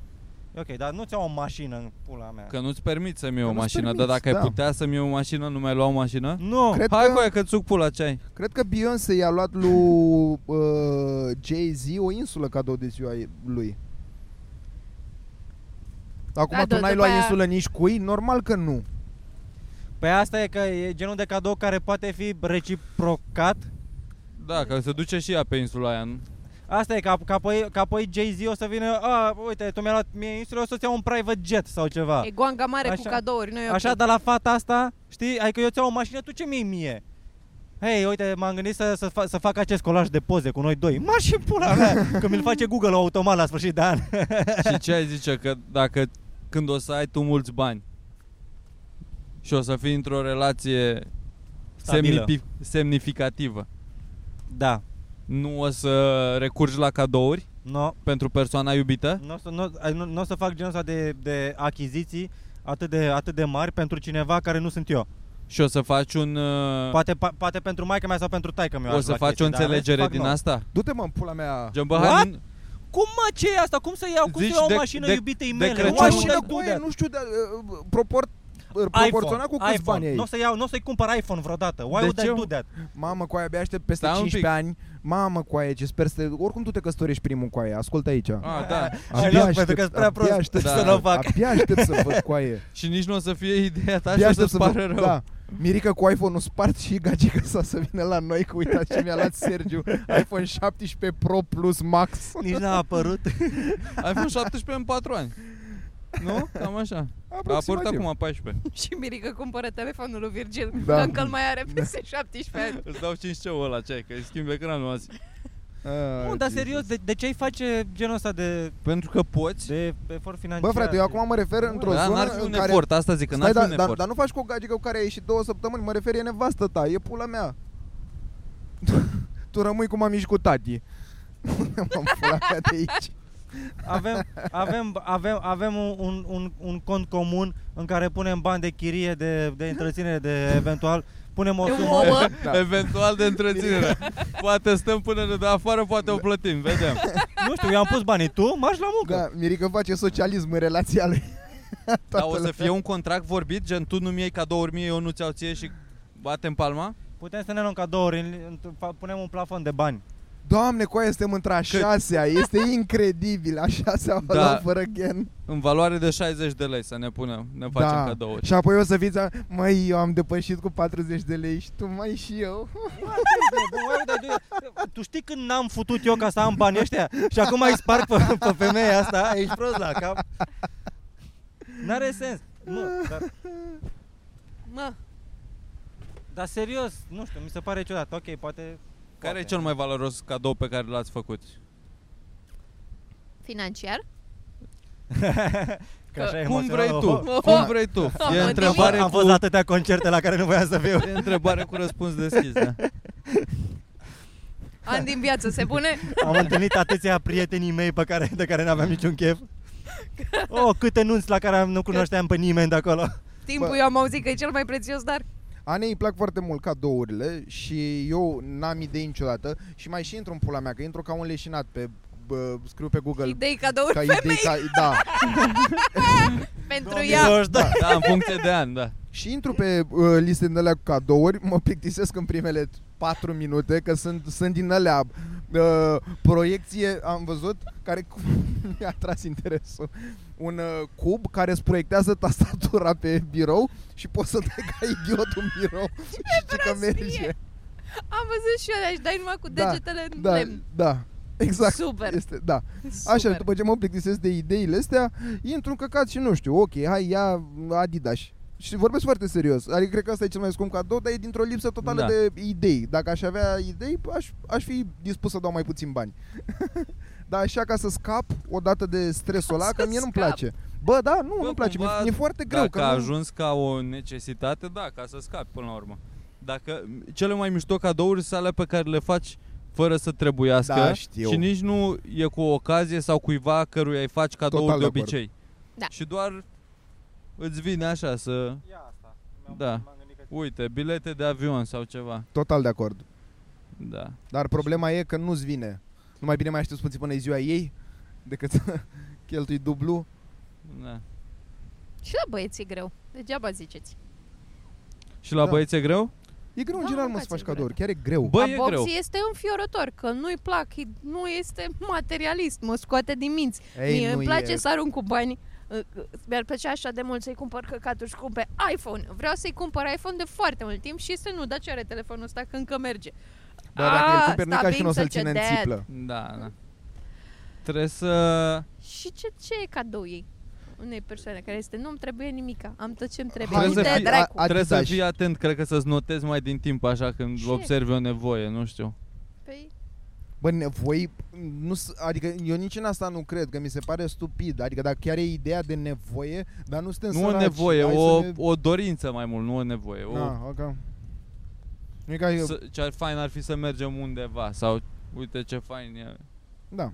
Speaker 1: ok, dar nu-ți iau o mașină în pula mea.
Speaker 4: Că nu-ți permiți să-mi iei
Speaker 3: Că
Speaker 4: o
Speaker 3: nu-ți
Speaker 4: mașină, dar
Speaker 3: permiți,
Speaker 4: dacă ai
Speaker 3: da.
Speaker 4: putea să-mi iei o mașină, nu mi-ai luat o mașină?
Speaker 1: Nu!
Speaker 3: Cred
Speaker 4: Hai
Speaker 3: că,
Speaker 4: cu că țuc pula ce ai.
Speaker 3: cred că Beyoncé i-a luat lui uh, Jay-Z o insulă cadou de ziua ei- lui. Acum
Speaker 2: Da,
Speaker 3: tu
Speaker 2: da,
Speaker 3: n-ai
Speaker 2: după
Speaker 3: luat
Speaker 2: aia-
Speaker 3: insulă nici cui? Normal că nu.
Speaker 1: Păi asta e că e genul de cadou care poate fi reciprocat.
Speaker 4: Da, că se duce și ea pe insula aia, nu?
Speaker 1: Asta e, ca, ca, apoi, ca apoi Jay-Z o să vină, a, uite, tu mi-ai luat mie insulă, o să-ți iau un private jet sau ceva.
Speaker 2: E guanga mare
Speaker 1: Așa.
Speaker 2: cu cadouri, nu e
Speaker 1: Așa,
Speaker 2: ok.
Speaker 1: dar la fata asta, știi, adică eu ți iau o mașină, tu ce mi mie? Hei, uite, m-am gândit să, să, fa- să fac acest colaj de poze cu noi doi. Mașin pula mea, că mi-l face Google automat la sfârșit de an.
Speaker 4: Și ce ai zice că dacă când o să ai tu mulți bani și o să fii într-o relație
Speaker 1: Stabilă.
Speaker 4: semnifi- semnificativă,
Speaker 1: Da,
Speaker 4: nu o să recurgi la cadouri
Speaker 1: nu,
Speaker 4: pentru persoana iubită?
Speaker 1: nu, o să- nu, ai- nu, nu o să fac genul ăsta de, de achiziții atât de, atât de mari pentru cineva care nu sunt eu.
Speaker 4: Și o să faci un... uh,
Speaker 1: Poate, pa, poate pentru maica mea sau pentru taică mea.
Speaker 4: o să faci o înțelegere din asta?
Speaker 3: Du-te mă în pula mea.
Speaker 4: Gen, bă,
Speaker 1: What?
Speaker 4: hai, nu-
Speaker 1: Cum mă, ce e asta? Cum să iau, cum
Speaker 4: Zici
Speaker 1: să iau
Speaker 4: de-
Speaker 1: o mașină
Speaker 4: de-
Speaker 1: iubitei
Speaker 4: de
Speaker 1: mele?
Speaker 4: Crăciun.
Speaker 1: Why
Speaker 4: Mașină
Speaker 1: should I
Speaker 3: Mașină cu
Speaker 1: do
Speaker 3: aia,
Speaker 1: that?
Speaker 3: nu știu, de, uh, propor, proporționa cu câți bani
Speaker 1: Nu o
Speaker 3: ai.
Speaker 1: să iau, nu o să-i cumpăr iPhone vreodată. Why
Speaker 4: De
Speaker 1: would I
Speaker 4: ce?
Speaker 1: do that?
Speaker 3: Mamă, cu aia abia aștept peste
Speaker 4: Stai un
Speaker 3: 15 ani. Mamă, cu aia, ce sper să... Oricum tu te căsătorești primul cu aia, ascultă aici.
Speaker 4: a, da.
Speaker 1: Și nu, Ah. pentru că sunt prea prost
Speaker 3: aștept
Speaker 4: Da.
Speaker 1: să nu o fac.
Speaker 3: Abia aștept să văd coaie.
Speaker 4: Și nici nu o să fie ideea ta și
Speaker 3: Abia
Speaker 4: o să
Speaker 3: aștept
Speaker 4: ți
Speaker 3: să
Speaker 4: pară
Speaker 3: văd.
Speaker 4: rău.
Speaker 3: Da. Mirica cu iPhone-ul spart și gagica sa să vină la noi cu uitați ce mi-a luat Sergiu iPhone 17 Pro Plus Max
Speaker 1: Nici n-a apărut.
Speaker 4: Ai fost 17 în 4 ani. Nu? Cam așa. A apărut
Speaker 3: Aproximativ.
Speaker 4: acum 14.
Speaker 2: Și Mirica cumpără telefonul lui Virgil,
Speaker 3: Da.
Speaker 2: da. încă îl mai are peste 17 ani.
Speaker 4: Îți dau 5 ceu ăla, ce ai, că îi schimbi ecranul azi.
Speaker 3: Ah,
Speaker 1: Bun, dar
Speaker 3: Jesus.
Speaker 1: serios, de, de ce ai face genul ăsta de,
Speaker 4: Pentru că poți.
Speaker 1: de efort
Speaker 3: Bă
Speaker 1: financiar?
Speaker 3: frate, eu acum mă refer într-o
Speaker 4: da,
Speaker 3: zonă
Speaker 4: n-ar fi
Speaker 3: în
Speaker 4: un
Speaker 3: care
Speaker 4: efort, asta zic, că Adică n-ar
Speaker 3: Stai,
Speaker 4: fi
Speaker 3: dar,
Speaker 4: un
Speaker 3: dar,
Speaker 4: efort.
Speaker 3: dar nu faci cu o gagică cu care ai ieșit două săptămâni, mă refer, e nevastă ta, e pula mea. tu rămâi cu mami și cu tati. M-am pula mea de aici.
Speaker 1: Avem, avem, avem, avem un, un, un, un cont comun în care punem bani de chirie, de, de întreținere, de eventual, punem o
Speaker 2: De
Speaker 1: sumă.
Speaker 2: ouă.
Speaker 3: Da.
Speaker 4: Eventual de întreținere. poate stăm până ne dă afară, poate o plătim, vedem.
Speaker 1: Nu știu, eu am pus banii tu, marci la muncă.
Speaker 3: Da, Mirica face socialism în relația lui.
Speaker 4: Dar
Speaker 3: Toată
Speaker 4: o să
Speaker 3: lumea.
Speaker 4: fie un contract vorbit, gen tu nu-mi iei cadouri mie, eu nu ți-au ție și batem palma?
Speaker 1: Putem să ne luăm cadouri, în- în- fa- punem un plafon de bani.
Speaker 3: Doamne, cu aia suntem între a șasea, este incredibil, a șasea
Speaker 4: Da.
Speaker 3: da. fără gen.
Speaker 4: În valoare de 60 de lei să ne punem, ne facem
Speaker 3: da.
Speaker 4: cadouri.
Speaker 3: Și apoi o să fiți, a- măi, eu am depășit cu 40 de lei și tu mai și eu.
Speaker 1: Păi, Tu știi când n-am futut eu ca să am banii ăștia? Și acum îi sparg pe, pe femeia asta, ești prost la cap. N-are sens. Nu, dar,
Speaker 2: Mă,
Speaker 1: dar serios, nu știu, mi se pare ciudat. Ok, poate...
Speaker 4: Care e
Speaker 1: poate.
Speaker 4: cel mai valoros cadou pe care l-ați făcut?
Speaker 2: financiar?
Speaker 1: Că așa e
Speaker 4: Cum vrei
Speaker 1: emoțional.
Speaker 4: tu?
Speaker 1: Oh,
Speaker 4: Cum vrei tu? E
Speaker 2: Am
Speaker 4: întrebare
Speaker 1: Am
Speaker 4: cu,
Speaker 1: fost la atâtea concerte la care nu voiam să fiu.
Speaker 4: e întrebare cu răspuns deschis, da.
Speaker 2: An din viață se pune?
Speaker 1: Am întâlnit atâția prietenii mei pe care, de care n-aveam niciun chef. Oh, câte nunți la care am- nu cunoșteam pe nimeni de acolo.
Speaker 2: Timpul
Speaker 3: Bă.
Speaker 2: eu am auzit că e cel mai prețios dar
Speaker 3: Anei îi plac foarte mult cadourile și eu n-am idei niciodată și mai și intru în pula mea, că intru ca un leșinat pe bă, scriu pe Google
Speaker 2: idei cadouri
Speaker 3: ca
Speaker 2: ca
Speaker 3: idei, ca, da.
Speaker 2: pentru ea.
Speaker 4: Da, în funcție de an, da.
Speaker 3: Și intru pe uh, liste din alea cu cadouri, mă plictisesc în primele 4 minute că sunt, sunt din alea uh, proiecție, am văzut, care mi-a atras interesul. Un uh, cub care îți proiectează tastatura pe birou și poți să dai ca idiot în birou și știi că
Speaker 2: prostie!
Speaker 3: merge.
Speaker 2: Am văzut și eu, și dai numai cu
Speaker 3: Da,
Speaker 2: degetele în
Speaker 3: Da,
Speaker 2: lemn.
Speaker 3: da. Exact.
Speaker 2: Super.
Speaker 3: Este, da.
Speaker 2: Super.
Speaker 3: Așa, și după ce mă plictisesc de ideile astea, intru în căcat și nu știu, ok, hai ia Adidas. Și vorbesc foarte serios. Adică cred că asta e cel mai scump cadou, dar e dintr-o lipsă totală
Speaker 4: Da.
Speaker 3: de idei. Dacă aș avea idei, aș, aș fi dispus să dau mai puțin bani. dar așa ca să scap odată de stresul ăla,
Speaker 2: Să
Speaker 3: că mie nu-mi
Speaker 2: scap.
Speaker 3: place. Bă, da, nu,
Speaker 4: Bă,
Speaker 3: nu-mi place. Mi-e,
Speaker 4: cumva,
Speaker 3: mi-e foarte greu.
Speaker 4: Dacă
Speaker 3: că
Speaker 4: a
Speaker 3: nu-
Speaker 4: ajuns ca o necesitate, da, ca să scapi până la urmă. Dacă cele mai mișto cadouri sunt alea pe care le faci fără să trebuiască
Speaker 3: Da, știu.
Speaker 4: și nici nu e cu o ocazie sau cuiva căruia îi faci cadouri
Speaker 3: Total
Speaker 4: de
Speaker 3: de acord.
Speaker 4: obicei.
Speaker 2: Da.
Speaker 4: Și doar îți vine așa să,
Speaker 1: Ia asta.
Speaker 4: Da. uite, bilete de avion sau ceva.
Speaker 3: Total de acord.
Speaker 4: Da.
Speaker 3: Dar problema e că nu-ți vine. Nu mai bine mai aștepți puțin până e ziua ei decât să cheltui dublu.
Speaker 4: da.
Speaker 2: Și la băieți e greu. Degeaba ziceți.
Speaker 4: Și la
Speaker 3: Da.
Speaker 4: da. băieți e greu?
Speaker 3: E greu în
Speaker 2: Da,
Speaker 3: general mă să
Speaker 2: mâncați-l,
Speaker 3: faci
Speaker 2: frate.
Speaker 3: cadouri, chiar e greu.
Speaker 4: Bă,
Speaker 2: la
Speaker 4: e
Speaker 2: Bobzi
Speaker 4: greu.
Speaker 2: este înfiorător, că nu-i plac, e- nu este materialist, mă scoate din minți.
Speaker 3: Ei,
Speaker 2: Mie
Speaker 3: nu
Speaker 2: îmi place
Speaker 3: e.
Speaker 2: să arunc cu bani. uh, Mi-ar plăcea așa de mult să-i cumpăr căcaturi scumpe iPhone. Vreau să-i cumpăr iPhone de foarte mult timp și să nu, dar ce are telefonul ăsta că încă merge?
Speaker 3: Dar Da, dacă
Speaker 2: Ah,
Speaker 3: îl cumperi nu e ca
Speaker 2: stop
Speaker 3: și nu o să-l
Speaker 2: being
Speaker 3: ține în
Speaker 2: such a dad.
Speaker 3: țiplă.
Speaker 4: Da, da. Trebuie să...
Speaker 2: Și ce, ce e cadou ei? unei persoane care este, nu-mi trebuie nimica, am tot ce-mi trebuie.
Speaker 3: Hai
Speaker 4: Trebuie
Speaker 2: Uite,
Speaker 4: să fii-
Speaker 2: dracu.
Speaker 3: a-
Speaker 4: Trebuie să
Speaker 3: Adidas.
Speaker 4: fii atent, cred că să-ți notezi mai din timp așa când
Speaker 2: Ce?
Speaker 4: observi o nevoie, nu știu.
Speaker 2: Păi,
Speaker 3: Bă, ne- voi, nu, s- adică eu nici în asta nu cred, că mi se pare stupid. Adică dacă chiar e ideea de nevoie, dar nu suntem
Speaker 4: Nu o
Speaker 3: săraci.
Speaker 4: nevoie,
Speaker 3: Hai
Speaker 4: o,
Speaker 3: să ne- Da.
Speaker 4: o dorință mai mult, nu o nevoie. O,
Speaker 3: Na, ok. Nu e ca eu,
Speaker 4: să, ce fain ar fi să mergem undeva sau uite ce fain e.
Speaker 3: da.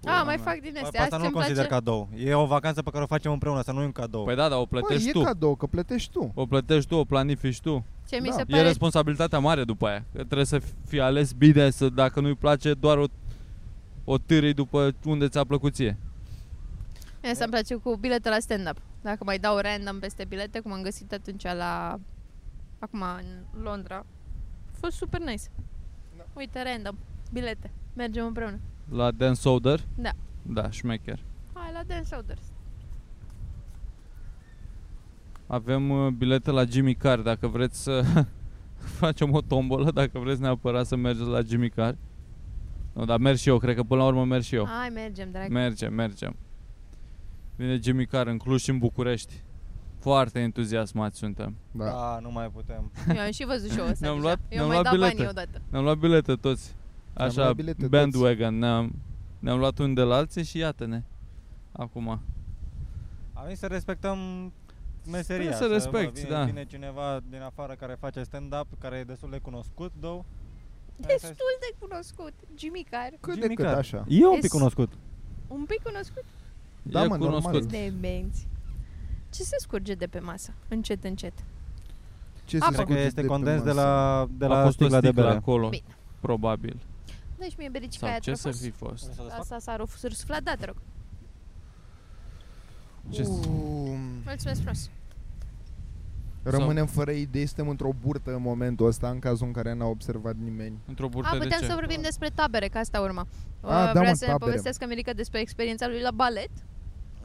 Speaker 2: a,
Speaker 4: Pula
Speaker 2: mai
Speaker 4: mea.
Speaker 2: fac din
Speaker 1: Bă, Păi pe
Speaker 2: astea.
Speaker 1: asta nu
Speaker 2: Asta
Speaker 1: o
Speaker 2: ce-mi
Speaker 1: consider
Speaker 2: place.
Speaker 1: cadou. E o vacanță pe care o facem împreună, să nu e un cadou.
Speaker 4: Păi da, dar o
Speaker 3: Bă,
Speaker 4: plătești
Speaker 3: e
Speaker 4: tu.
Speaker 3: cadou, că plătești tu.
Speaker 4: O plătești tu, o planifici tu.
Speaker 2: Ce mi
Speaker 3: Da.
Speaker 2: se
Speaker 3: E
Speaker 4: E
Speaker 2: pare
Speaker 4: responsabilitatea mare după aia. Că trebuie să fii ales bine, să dacă nu-i place, doar o, o târâi după unde ți-a plăcut ție.
Speaker 2: Mie asta îmi place cu bilete la stand-up. Dacă mai dau random peste bilete, cum am găsit atunci la... Acum, în Londra. A fost super nice.
Speaker 3: Da.
Speaker 2: Uite, random. Bilete. Mergem împreună.
Speaker 4: La Dan Soder?
Speaker 2: Da.
Speaker 4: Da, șmecher.
Speaker 2: Hai la Dan Shoulders.
Speaker 4: Avem uh, bilete la Jimmy Carr, dacă vreți să facem o tombolă, dacă vreți neapărat să mergeți la Jimmy Carr. Nu, dar merg și eu, cred că până la urmă merg și eu.
Speaker 2: Hai, mergem, drag.
Speaker 4: Mergem, mergem. Vine Jimmy Carr în Cluj și în București. Foarte entuziasmați suntem.
Speaker 3: Da.
Speaker 1: Da, nu mai putem.
Speaker 2: Eu am și văzut show-ul ăsta
Speaker 4: Ne-am
Speaker 2: deja.
Speaker 4: luat-
Speaker 2: Eu
Speaker 4: ne-am
Speaker 2: mai
Speaker 4: luat
Speaker 2: dau
Speaker 4: bilete.
Speaker 2: banii odată.
Speaker 4: Ne-am luat bilete toți.
Speaker 3: Ne-am
Speaker 4: Așa,
Speaker 3: luat bilete toți.
Speaker 4: bandwagon. Ne-am, ne-am luat unul de la alții și iată-ne. Acum.
Speaker 1: Am venit să respectăm meseria.
Speaker 4: Trebuie să respecti,
Speaker 1: vine,
Speaker 4: da.
Speaker 1: Vine cineva din afară care face stand-up, care e destul de cunoscut, două.
Speaker 2: Destul de cunoscut. Jimmy Carr.
Speaker 3: Cât de
Speaker 1: Jimmy
Speaker 3: cât,
Speaker 1: Carr.
Speaker 3: așa.
Speaker 1: E un
Speaker 2: Es-
Speaker 1: pic cunoscut.
Speaker 2: Un pic cunoscut
Speaker 3: Da,
Speaker 4: e
Speaker 3: mă, normal.
Speaker 4: cunoscut.
Speaker 2: de benți. Ce se scurge de pe masă? Încet, încet.
Speaker 3: Ce
Speaker 2: Apă.
Speaker 1: Cred
Speaker 3: se scurge
Speaker 1: că este
Speaker 3: de pe
Speaker 1: condens de
Speaker 3: masă?
Speaker 1: la, de
Speaker 4: A
Speaker 1: la
Speaker 4: fost o
Speaker 1: sticla de
Speaker 4: sticlă
Speaker 1: bere.
Speaker 4: acolo,
Speaker 2: Bine.
Speaker 4: probabil.
Speaker 2: Deci mie bericica
Speaker 4: Sau
Speaker 2: aia
Speaker 4: ce să
Speaker 2: trăfos.
Speaker 4: fi fost?
Speaker 2: Asta s-a ruf- răsuflat, da, te rog. Uh.
Speaker 4: Ce să-
Speaker 3: Um,
Speaker 2: Mulțumesc frumos.
Speaker 3: Rămânem fără idei, suntem într-o burtă în momentul ăsta, în cazul în care n-a observat nimeni.
Speaker 4: Într-o burtă
Speaker 2: A,
Speaker 4: de
Speaker 2: putem
Speaker 4: ce?
Speaker 2: să vorbim despre tabere, că asta urma.
Speaker 3: A,
Speaker 2: Uh,
Speaker 3: da,
Speaker 2: Vrea
Speaker 3: mă,
Speaker 2: să ne
Speaker 3: tabere.
Speaker 2: povestească Mirica despre experiența lui la balet?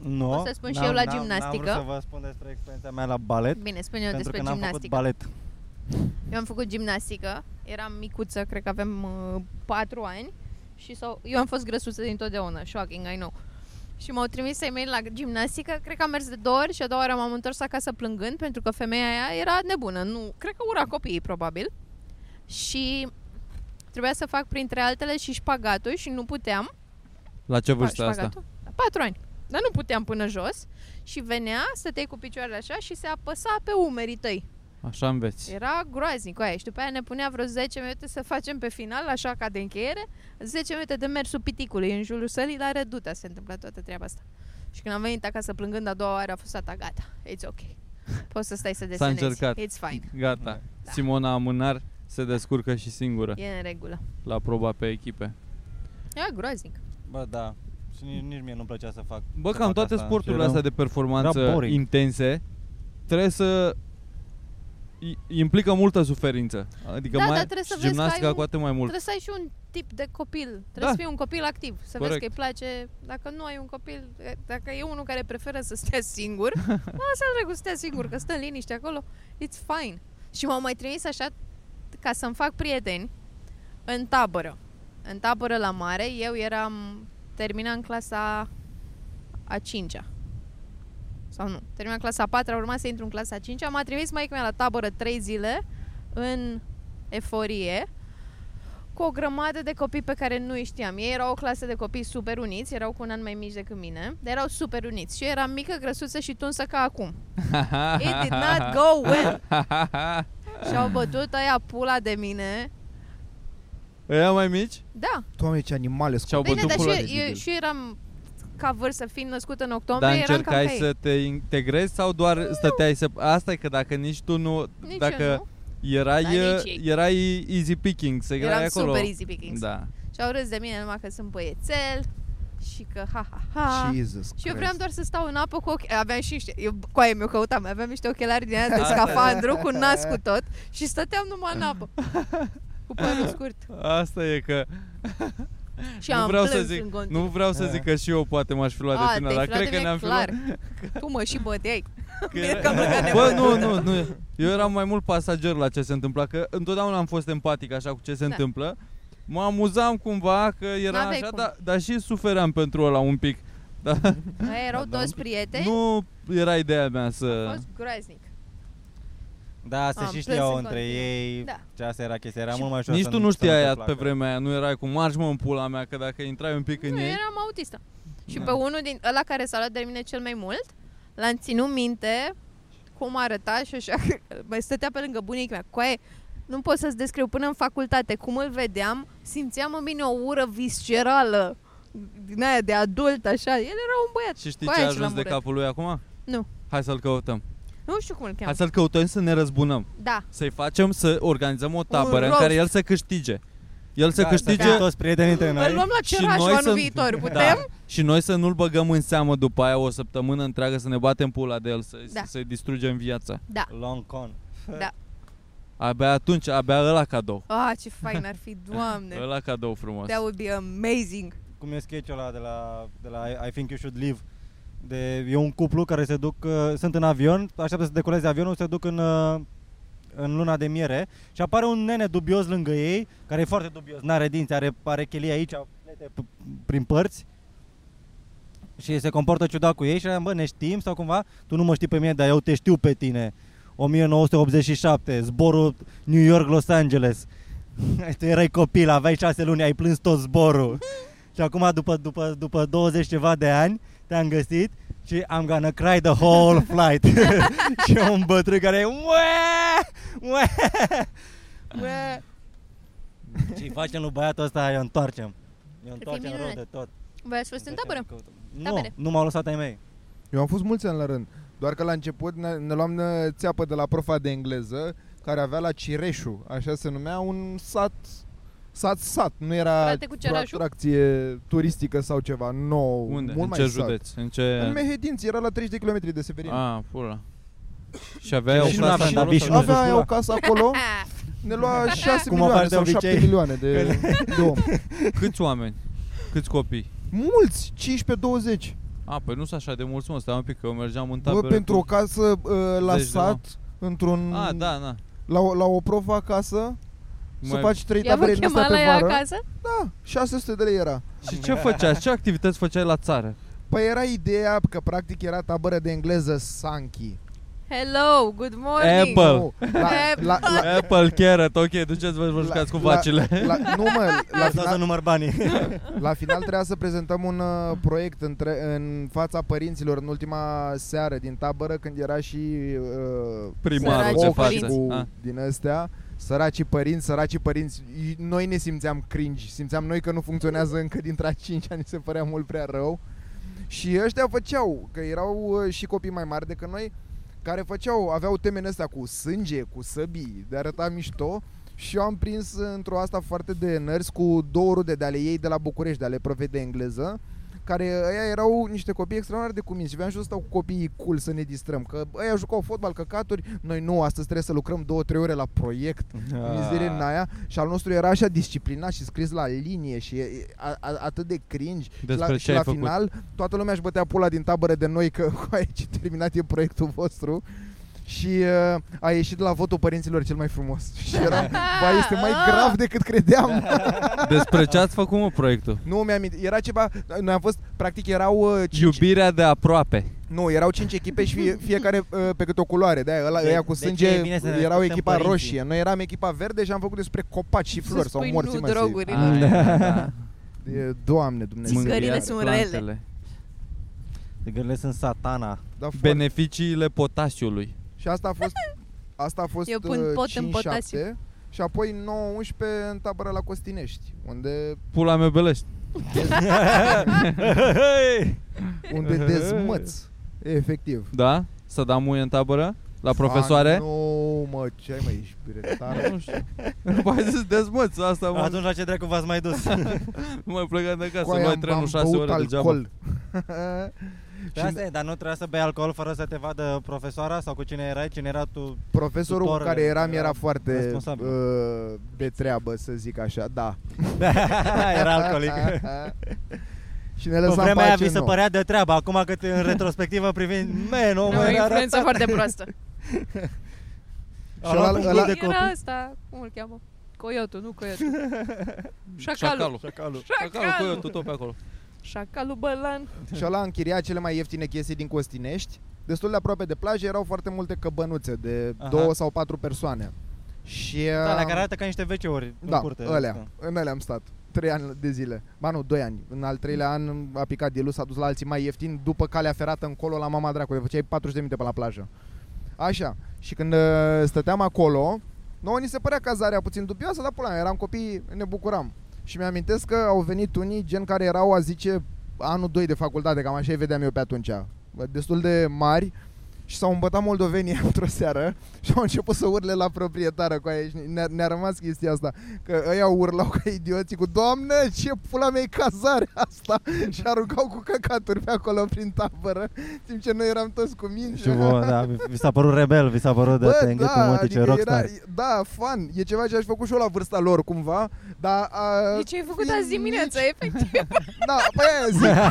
Speaker 1: Nu.
Speaker 2: O să spun și
Speaker 1: n-am-
Speaker 2: eu la
Speaker 1: n-am-
Speaker 2: gimnastică.
Speaker 1: N-am vrut să vă spun despre experiența mea la balet.
Speaker 2: Bine, spune eu
Speaker 1: pentru
Speaker 2: despre
Speaker 1: că n-am făcut
Speaker 2: gimnastică.
Speaker 1: balet.
Speaker 2: Eu am făcut gimnastică, eram micuță, cred că aveam uh, 4 ani și sau eu am fost grăsuță dintotdeauna, shocking, I know. Și m-au trimis să-i mei la gimnastică, cred că am mers de două ori și a doua oară m-am întors acasă plângând pentru că femeia aia era nebună, nu, cred că ura copiii probabil. Și trebuia să fac printre altele și șpagatul și nu puteam
Speaker 4: La ce
Speaker 2: Pa-
Speaker 4: vârstă asta?
Speaker 2: șpagatul? La Patru ani. Dar nu puteam până jos și venea, stăteai cu picioarele așa și se apăsa pe umerii tăi.
Speaker 4: Așa înveți.
Speaker 2: Era groaznic aia și după aia ne punea vreo 10 minute să facem pe final, așa ca de încheiere, 10 minute de mersul piticului în jurul sălii, la reduta se întâmpla toată treaba asta. Și când am venit acasă plângând a doua oară a fost tata, gata, it's ok. Poți să stai să desenezi.
Speaker 4: încercat.
Speaker 2: It's fine.
Speaker 4: Gata. Simona Amânar se descurcă și singură
Speaker 2: Da. E în regulă.
Speaker 4: la proba pe echipe.
Speaker 2: Era groaznic.
Speaker 1: Bă, da. Și nici, nici mie nu-mi plăcea să fac.
Speaker 4: Bă,
Speaker 1: să
Speaker 4: cam
Speaker 1: fac
Speaker 4: toate
Speaker 1: asta.
Speaker 4: sporturile
Speaker 1: Și
Speaker 4: astea de
Speaker 1: era
Speaker 4: performanță
Speaker 1: boring.
Speaker 4: intense trebuie să i- implică multă suferință. Adică
Speaker 2: Da, dar
Speaker 4: mai
Speaker 2: trebuie să
Speaker 4: și
Speaker 2: vezi că ai
Speaker 4: gimnastica
Speaker 2: un-
Speaker 4: cu atât mai mult.
Speaker 2: Trebuie să ai și un tip de copil. Trebuie
Speaker 4: Da.
Speaker 2: să fii un copil activ. Să vezi
Speaker 4: Corect.
Speaker 2: că îi place. Dacă nu ai un copil, dacă e unul care preferă să stea singur, lasă-l dracu să stea singur, că stă în liniște acolo. It's fine. Și m-au mai trimis așa ca să-mi fac prieteni în tabără. În tabără la mare, eu eram terminam clasa a 5-a. Sau nu, terminam clasa a 4-a, urma să intru în clasa a 5-a. M-a trimis maică mea la tabără 3 zile în eforie cu o grămadă de copii pe care nu îi știam. Ei erau o clasă de copii super uniți, erau cu un an mai mici decât mine, dar erau super uniți. Și eu eram mică, grăsuță și tunsă ca acum. It did not go well. și au bătut aia pula de mine.
Speaker 4: Ăia mai mici?
Speaker 2: Da,
Speaker 3: Doamne, ce animale sunt.
Speaker 4: Și-au
Speaker 2: bine,
Speaker 4: bătut
Speaker 2: dar
Speaker 4: pula de
Speaker 2: și eu, eu,
Speaker 4: copil.
Speaker 2: și eu eram ca vârstă, fiind născut în octombrie,
Speaker 4: Dar
Speaker 2: eram cam ca
Speaker 4: încercai
Speaker 2: ei.
Speaker 4: să te integrezi sau doar stăteai să... Asta e că dacă nici tu nu...
Speaker 2: Nici
Speaker 4: dacă
Speaker 2: eu nu. Dar
Speaker 4: Erai, uh,
Speaker 2: nici ei.
Speaker 4: erai easy picking, se
Speaker 2: Eram
Speaker 4: erai acolo.
Speaker 2: super easy pickings. Da.
Speaker 4: Da.
Speaker 2: Și au râs de mine numai că sunt băiețel și că ha, ha, ha.
Speaker 3: Jesus
Speaker 2: Ah, Și eu
Speaker 3: Christ.
Speaker 2: vreau doar să stau în apă cu ochi. Aveam și niște... Eu, cu aia mi-o căutam. Aveam niște ochelari din aia de
Speaker 4: Asta e.
Speaker 2: scafandru cu nas cu tot și stăteam numai în apă. Cu părul scurt.
Speaker 4: Asta e că
Speaker 2: Și
Speaker 4: nu
Speaker 2: am
Speaker 4: vreau să
Speaker 2: plâns
Speaker 4: zic,
Speaker 2: în continuu.
Speaker 4: nu vreau să
Speaker 3: Da.
Speaker 4: zic că și eu poate m-aș fi luat
Speaker 2: A, deci
Speaker 4: de tine,
Speaker 2: te-ai
Speaker 4: dar cred
Speaker 2: fi luat de
Speaker 4: că
Speaker 2: mine,
Speaker 4: ne-am fi
Speaker 2: clar.
Speaker 4: luat.
Speaker 2: Tu mă și băteai.
Speaker 4: Că
Speaker 2: Bine
Speaker 4: era-
Speaker 2: că am plecat
Speaker 4: Bă, nu,
Speaker 2: nebună.
Speaker 4: nu, nu. Eu eram mai mult pasager la ce se întâmpla, că întotdeauna am fost empatic așa cu ce se
Speaker 2: Da.
Speaker 4: întâmplă. Mă amuzam cumva că era
Speaker 2: N-aveai
Speaker 4: așa,
Speaker 2: cum.
Speaker 4: dar, dar și suferam pentru ăla un pic. Dar
Speaker 2: Aia erau
Speaker 1: Da, da,
Speaker 2: toți
Speaker 1: un pic.
Speaker 2: prieteni.
Speaker 4: nu era ideea mea
Speaker 2: A
Speaker 4: să...
Speaker 2: fost groaznic.
Speaker 1: Da, se
Speaker 2: Am
Speaker 1: și
Speaker 2: plâns
Speaker 1: știau
Speaker 2: în
Speaker 1: între
Speaker 2: continuu.
Speaker 1: ei.
Speaker 2: Da.
Speaker 1: Ce asta era chestia, era
Speaker 2: Și
Speaker 1: mult mai ușor
Speaker 4: Nici
Speaker 1: să
Speaker 4: tu nu
Speaker 1: să
Speaker 4: știai
Speaker 1: te
Speaker 4: aia
Speaker 1: placă.
Speaker 4: pe vremea aia, nu erai cu marci mă în pula mea, că dacă intrai un pic în
Speaker 2: Nu,
Speaker 4: ei...
Speaker 2: eram autistă. Și
Speaker 4: Da.
Speaker 2: pe unul din ăla care s-a luat de mine cel mai mult, l-am ținut minte cum arăta și așa. Mai stătea pe lângă bunica mea. Coaie, nu pot să-ți descriu până în facultate cum îl vedeam, simțeam în mine o ură viscerală din aia de adult, așa. El era un băiat.
Speaker 4: Și știi
Speaker 2: Cu
Speaker 4: ce a
Speaker 2: aia și
Speaker 4: ajuns
Speaker 2: l-am
Speaker 4: de
Speaker 2: urât.
Speaker 4: capul lui acum?
Speaker 2: Nu.
Speaker 4: Hai să-l căutăm.
Speaker 2: Nu știu cum îl cheamă.
Speaker 4: Hai să-l căutăm să ne răzbunăm.
Speaker 2: Da.
Speaker 4: Să-i facem să organizăm o tabără în
Speaker 2: roast.
Speaker 4: care el să câștige. El să
Speaker 1: Da,
Speaker 4: câștige
Speaker 1: stăteam toți prietenii între
Speaker 2: Îl
Speaker 1: noi.
Speaker 2: luăm la
Speaker 4: Și
Speaker 2: ceraș
Speaker 4: noi Da.
Speaker 2: anul
Speaker 4: să-
Speaker 2: viitor, putem?
Speaker 4: Și noi să nu-l băgăm în seamă după aia o săptămână întreagă să ne batem pula de el, să,
Speaker 2: Da.
Speaker 4: da. să-i distrugem viața.
Speaker 1: Long con.
Speaker 4: Abia atunci, abia ăla cadou.
Speaker 2: Ah, da. ce fain ar fi, doamne.
Speaker 4: Ăla cadou frumos.
Speaker 2: That would be amazing.
Speaker 1: Cum e sketch-ul ăla de la, de la I- I Think You Should Leave. De, e un cuplu care se duc, uh, sunt în avion, așteaptă să decoleze avionul, se duc în, uh, în luna de miere și apare un nene dubios lângă ei, care e foarte dubios, n-are dinți, are, are chelii aici, plete p- prin părți și se comportă ciudat cu ei și am bă, ne știm sau cumva, tu nu mă știi pe mine, dar eu te știu pe tine. 1987, zborul New York-Los Angeles. tu erai copil, aveai șase luni, ai plâns tot zborul. și acum, după, după, după 20 ceva de ani, te-am găsit și I'm gonna cry the whole flight. și e un bătrân care e "Ue! Ue! Ue!" Și facem lui băiatul ăsta, eu întoarcem. Eu întoarcem rău
Speaker 2: minunat.
Speaker 1: de tot.
Speaker 2: Voi ați fost în tabără?
Speaker 1: Nu,
Speaker 2: Tabere.
Speaker 1: nu m-au lăsat ai mei.
Speaker 3: Eu am fost mulți ani la rând. Doar că la început ne, ne luam ne, țeapă de la profa de engleză, care avea la Cireșu, așa se numea, un sat sat sat, nu era
Speaker 2: Frate cu
Speaker 3: o
Speaker 2: Cireșul?
Speaker 3: atracție turistică sau ceva nou,
Speaker 4: Unde?
Speaker 3: mult
Speaker 4: în
Speaker 3: mai
Speaker 4: ce
Speaker 3: sat.
Speaker 4: județ? Ah, În ce...
Speaker 3: În Mehedinți, era la 30 de km de Severin.
Speaker 4: A, pula. Și avea o
Speaker 1: Și
Speaker 4: casă
Speaker 1: n-avea-
Speaker 4: acolo
Speaker 1: și
Speaker 4: sau-
Speaker 1: nu avea-
Speaker 3: Avea
Speaker 1: știu.
Speaker 3: o casă acolo,
Speaker 2: Ah,
Speaker 3: ne lua 6
Speaker 1: Cum o
Speaker 3: milioane
Speaker 1: faci de
Speaker 3: sau 7
Speaker 1: obicei?
Speaker 3: milioane de, de om.
Speaker 4: Câți oameni? Câți copii?
Speaker 3: Mulți, 15-20.
Speaker 4: A, păi nu sunt așa de mulți, mă, stai un pic, că eu mergeam în
Speaker 3: Bă,
Speaker 4: tabără
Speaker 3: pentru o
Speaker 4: cu...
Speaker 3: casă uh, la
Speaker 4: zeci de
Speaker 3: sat, într-un...
Speaker 4: A, da, da.
Speaker 3: la, o- la o profă acasă, să
Speaker 4: Mai-
Speaker 3: faci 3
Speaker 2: Ea vă
Speaker 3: tabere din
Speaker 2: chema
Speaker 3: astea
Speaker 2: la
Speaker 3: pe
Speaker 2: ea
Speaker 3: vară.
Speaker 2: acasă?
Speaker 3: Da, 600 de lei era.
Speaker 4: Și
Speaker 3: Da.
Speaker 4: ce făceai? Ce activități făceai la țară?
Speaker 3: Păi era ideea că practic era tabără de engleză Sanchi.
Speaker 2: Hello, good morning.
Speaker 4: Apple.
Speaker 3: Nu, la, la, la,
Speaker 4: Apple, carrot, ok, duceți-vă și vă jucați cu vacile.
Speaker 3: La, la, nu mă, la
Speaker 1: Lăsați să
Speaker 3: final,
Speaker 1: număr banii.
Speaker 3: la final trebuia să prezentăm un uh, proiect între, în fața părinților în ultima seară din tabără când era și uh,
Speaker 4: Primarul,
Speaker 3: Foc
Speaker 2: ce
Speaker 3: și
Speaker 2: faceți?
Speaker 3: cu
Speaker 4: Ah.
Speaker 3: din astea. Săracii părinți, săracii părinți, I- noi ne simțeam cringe, simțeam noi că nu funcționează încă dintre a 5 ani, se părea mult prea rău. Și ăștia făceau, că erau uh, și copii mai mari decât noi, care făceau, aveau temele astea cu sânge, cu săbii, de arăta mișto și eu am prins într-o asta foarte de nărți cu două rude de ale ei de la București, de ale profei de engleză, care ăia erau niște copii extraordinar de cuminți și vreau și eu să stau cu copiii cool să ne distrăm, că ăia jucau fotbal, căcaturi, noi nu, astăzi trebuie să lucrăm două, trei ore la proiect,
Speaker 1: Ah.
Speaker 4: Ah.
Speaker 3: mizerie în aia și al nostru era așa disciplinat și scris la linie și e- a, a, atât de cringe
Speaker 4: Despre
Speaker 3: și la,
Speaker 4: ce
Speaker 3: și
Speaker 4: ai
Speaker 3: la
Speaker 4: făcut?
Speaker 3: final toată lumea își bătea pula din tabără de noi că cu aici terminat e proiectul vostru și uh, a ieșit la votul părinților cel mai frumos și era, ba, este mai grav decât credeam
Speaker 4: Despre ce ați făcut, mă, proiectul?
Speaker 3: nu mi-am era ceva, noi am fost, practic erau uh, cinci,
Speaker 4: Iubirea de aproape.
Speaker 3: nu, erau cinci echipe și fie, fiecare uh, pe câte o culoare, de aia, ăla,
Speaker 1: De-
Speaker 3: ăia cu
Speaker 1: de ce
Speaker 3: sânge
Speaker 1: Deci, e bine să ne
Speaker 3: erau
Speaker 1: ascultăm
Speaker 3: echipa
Speaker 1: părinții?
Speaker 3: roșie, noi eram echipa verde și am făcut despre copaci și flori
Speaker 2: Să
Speaker 3: sau
Speaker 2: spui
Speaker 3: morți
Speaker 2: nu
Speaker 3: mă, se-
Speaker 2: drogurilor.
Speaker 4: Ai, da, da.
Speaker 3: E, Doamne Dumnezeu. Da,
Speaker 2: Mângâiat.
Speaker 4: Mângâiat
Speaker 2: sunt rele.
Speaker 4: plantele.
Speaker 1: Gârile sunt satana.
Speaker 3: Da, foarte.
Speaker 4: Beneficiile potasiului.
Speaker 3: și asta a fost asta a fost
Speaker 2: Eu pun
Speaker 3: uh,
Speaker 2: pot în
Speaker 3: 5-7,
Speaker 2: potasiu.
Speaker 3: și apoi 9-11 în tabără la Costinești, unde
Speaker 4: Pula mea belești.
Speaker 3: unde dezmăți efectiv.
Speaker 4: Da? Să da muie în tabără? La profesoare?
Speaker 3: Ah, nu, mă, ce ai mă, ești retardat.
Speaker 4: Nu știu. După aia zis dezmăț, asta mă,
Speaker 1: Atunci la ce dracu v-ați mai dus?
Speaker 4: mai plecat de acasă,
Speaker 3: Cu aia
Speaker 4: mai
Speaker 3: am-
Speaker 4: trenul
Speaker 3: am
Speaker 4: 6
Speaker 3: băut
Speaker 4: ore degeaba.
Speaker 3: alcool.
Speaker 1: Păi
Speaker 3: Și
Speaker 1: asta e, dar nu trebuia să bei alcool fără să te vadă profesoara sau cu cine erai, cine era tu.
Speaker 3: profesorul cu
Speaker 1: tutorele
Speaker 3: care eram
Speaker 1: era
Speaker 3: era foarte
Speaker 1: responsabil.
Speaker 3: uh, de treabă, să zic așa, da.
Speaker 1: era alcoolic.
Speaker 3: și ne
Speaker 1: Pe
Speaker 3: lăsam
Speaker 1: vremea aia
Speaker 3: pace
Speaker 1: vi se
Speaker 3: nouă.
Speaker 1: părea de treabă, acum cât în retrospectivă privind, man,
Speaker 2: Nu,
Speaker 1: omul
Speaker 2: o
Speaker 1: era
Speaker 2: influență
Speaker 1: arătat.
Speaker 2: foarte proastă.
Speaker 1: A luat
Speaker 3: ăla-
Speaker 1: un
Speaker 3: ăla-
Speaker 1: grup de
Speaker 2: Era
Speaker 1: copii.
Speaker 2: asta, cum îl cheamă? Coyotul, nu coyotul.
Speaker 4: Șacalul.
Speaker 2: Șacalul.
Speaker 1: Șacalul.
Speaker 4: Șacalul, cu eu,
Speaker 2: Șacalul.
Speaker 4: tu tot pe acolo.
Speaker 2: Șacalul bălan.
Speaker 3: Și ăla a închiriat cele mai ieftine chestii din Costinești. Destul de aproape de plajă erau foarte multe căbănuțe de
Speaker 1: Aha.
Speaker 3: două sau patru persoane. Și
Speaker 1: Da, la care
Speaker 3: um,
Speaker 1: arată ca niște WC-uri
Speaker 3: da,
Speaker 1: în curte.
Speaker 3: alea,
Speaker 1: Da.
Speaker 3: în alea am stat. Trei ani de zile. Ba nu, doi ani. În al treilea an a picat de s-a dus la alții mai ieftini, după calea ferată încolo la mama dracu, făceai 40 de minute pe la plajă. Așa. Și când uh, stăteam acolo, nouă ni se părea cazarea puțin dubioasă, dar pula, mea, eram copii, ne bucuram. Și mi-amintesc că au venit unii gen care erau, a zice, anul 2 de facultate, cam așa îi vedeam eu pe atunci. Destul de mari și s-au îmbătat moldovenii într-o seară și au început să urle la proprietară cu aia și ne-a, ne-a rămas chestia asta Că ăia urlau ca idioții cu Doamne, ce pula mea e cazare asta Și aruncau cu căcaturi pe acolo prin tabără Timp ce noi eram toți cu minți
Speaker 1: Și vă, da, vi- vi s-a părut rebel, vi s-a părut de te îngât cu
Speaker 3: adică
Speaker 1: mătice, rockstar.
Speaker 3: da, fan, e ceva ce aș făcut și eu la vârsta lor cumva Dar a,
Speaker 2: E ce Deci ai făcut azi dimineața, efectiv.
Speaker 3: Da, păi aia zic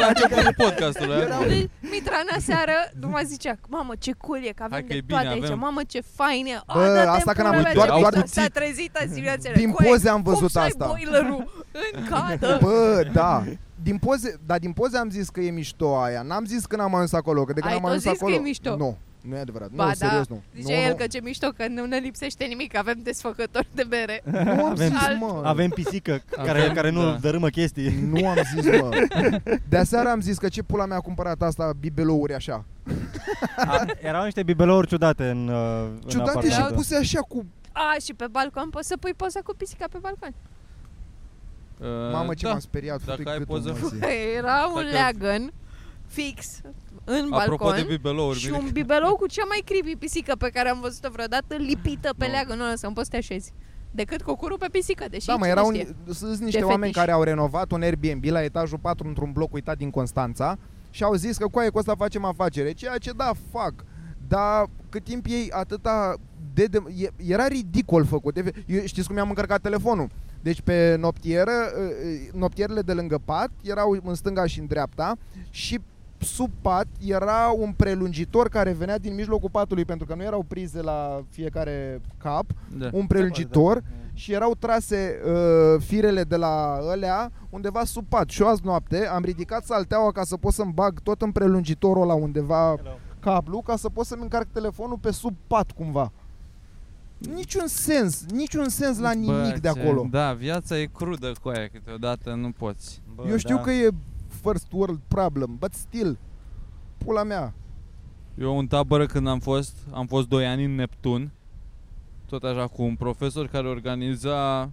Speaker 4: La începutul podcastului.
Speaker 3: Eram-
Speaker 4: acolo.
Speaker 2: Mitrana seară numai zicea, mamă ce cool e, că avem
Speaker 4: Hai că
Speaker 2: de
Speaker 4: e bine,
Speaker 2: toate aici,
Speaker 4: avem."
Speaker 2: mamă ce fain e.
Speaker 3: Bă, asta când am
Speaker 4: văzut, doar- doar
Speaker 3: cu
Speaker 2: S-a
Speaker 3: țip.
Speaker 2: trezit azi dimineața.
Speaker 3: Din
Speaker 2: "Coaie,
Speaker 3: poze am
Speaker 2: cum
Speaker 3: văzut
Speaker 2: să ai
Speaker 3: asta
Speaker 2: boilerul în cadă?
Speaker 3: Bă, da din poze, dar din poze am zis că e mișto aia. N-am zis când am ajuns acolo, că de când
Speaker 2: Ai
Speaker 3: am
Speaker 2: tot
Speaker 3: ajuns
Speaker 2: zis că
Speaker 3: acolo.
Speaker 2: e mișto.
Speaker 3: Nu, nu e adevărat.
Speaker 2: Ba,
Speaker 3: nu,
Speaker 2: da.
Speaker 3: serios nu.
Speaker 2: Zicea
Speaker 3: nu,
Speaker 2: el
Speaker 3: nu.
Speaker 2: că ce mișto, că nu ne lipsește nimic, avem desfăcători de bere.
Speaker 3: Nu am
Speaker 1: Avem-
Speaker 3: zis, mă.
Speaker 1: Avem pisică care,
Speaker 4: Avem,
Speaker 1: care nu
Speaker 4: da.
Speaker 1: dărâmă chestii.
Speaker 3: Nu am zis, mă. De aseară am zis că ce pula mea a cumpărat asta, bibelouri așa.
Speaker 1: A, erau niște bibelouri ciudate în, uh, în
Speaker 3: Ciudate și
Speaker 1: apartament.
Speaker 3: puse așa cu...
Speaker 2: A, și pe balcon poți să pui poza cu pisica pe balcon.
Speaker 4: Uh,
Speaker 3: Mamă, ce
Speaker 4: da.
Speaker 3: m-am speriat.
Speaker 4: Dacă
Speaker 3: fute
Speaker 4: ai
Speaker 3: gâtul,
Speaker 4: poză.
Speaker 3: mă, Păi zi.
Speaker 2: Era un
Speaker 4: Dacă-
Speaker 2: leagăn fix în
Speaker 4: Apropo de
Speaker 2: balcon.
Speaker 4: bibelouri,
Speaker 2: Și
Speaker 4: bine.
Speaker 2: un bibelou cu cea mai creepy pisică pe care am văzut-o vreodată lipită pe
Speaker 4: Nu.
Speaker 2: leagănul ăla să nu poți să te așezi. Decât cocurul pe pisică, deși
Speaker 3: Da, mă,
Speaker 2: cine
Speaker 3: erau
Speaker 2: știe.
Speaker 3: sunt niște
Speaker 2: De
Speaker 3: oameni
Speaker 2: fetiș.
Speaker 3: care au renovat un Airbnb la etajul 4 într-un bloc uitat din Constanța și au zis că cu aia cu asta facem afacere, ceea ce da, fac. Dar cât timp ei atâta de, de e- era ridicol făcut. Efe- Eu, știți cum mi-am încărcat telefonul? Deci pe noptieră, uh, noptierele de lângă pat erau în stânga și în dreapta și sub pat era un prelungitor care venea din mijlocul patului pentru că nu erau prize la fiecare cap,
Speaker 4: Da.
Speaker 3: un prelungitor și erau trase uh, firele de la ălea undeva sub pat. Și eu azi noapte am ridicat salteaua ca să pot să-mi bag tot în prelungitorul ăla undeva
Speaker 1: Hello.
Speaker 3: cablu ca să pot să-mi încarc telefonul pe sub pat cumva. Niciun sens, niciun sens la nimic
Speaker 4: Bă,
Speaker 3: de
Speaker 4: ce-
Speaker 3: acolo.
Speaker 4: Da, viața e crudă cu aia câteodată, nu poți.
Speaker 1: Bă,
Speaker 3: eu știu
Speaker 1: da.
Speaker 3: că e first world problem, but still, pula mea.
Speaker 4: Eu în tabără când am fost, am fost 2 ani în Neptun, tot așa cu un profesor care organiza,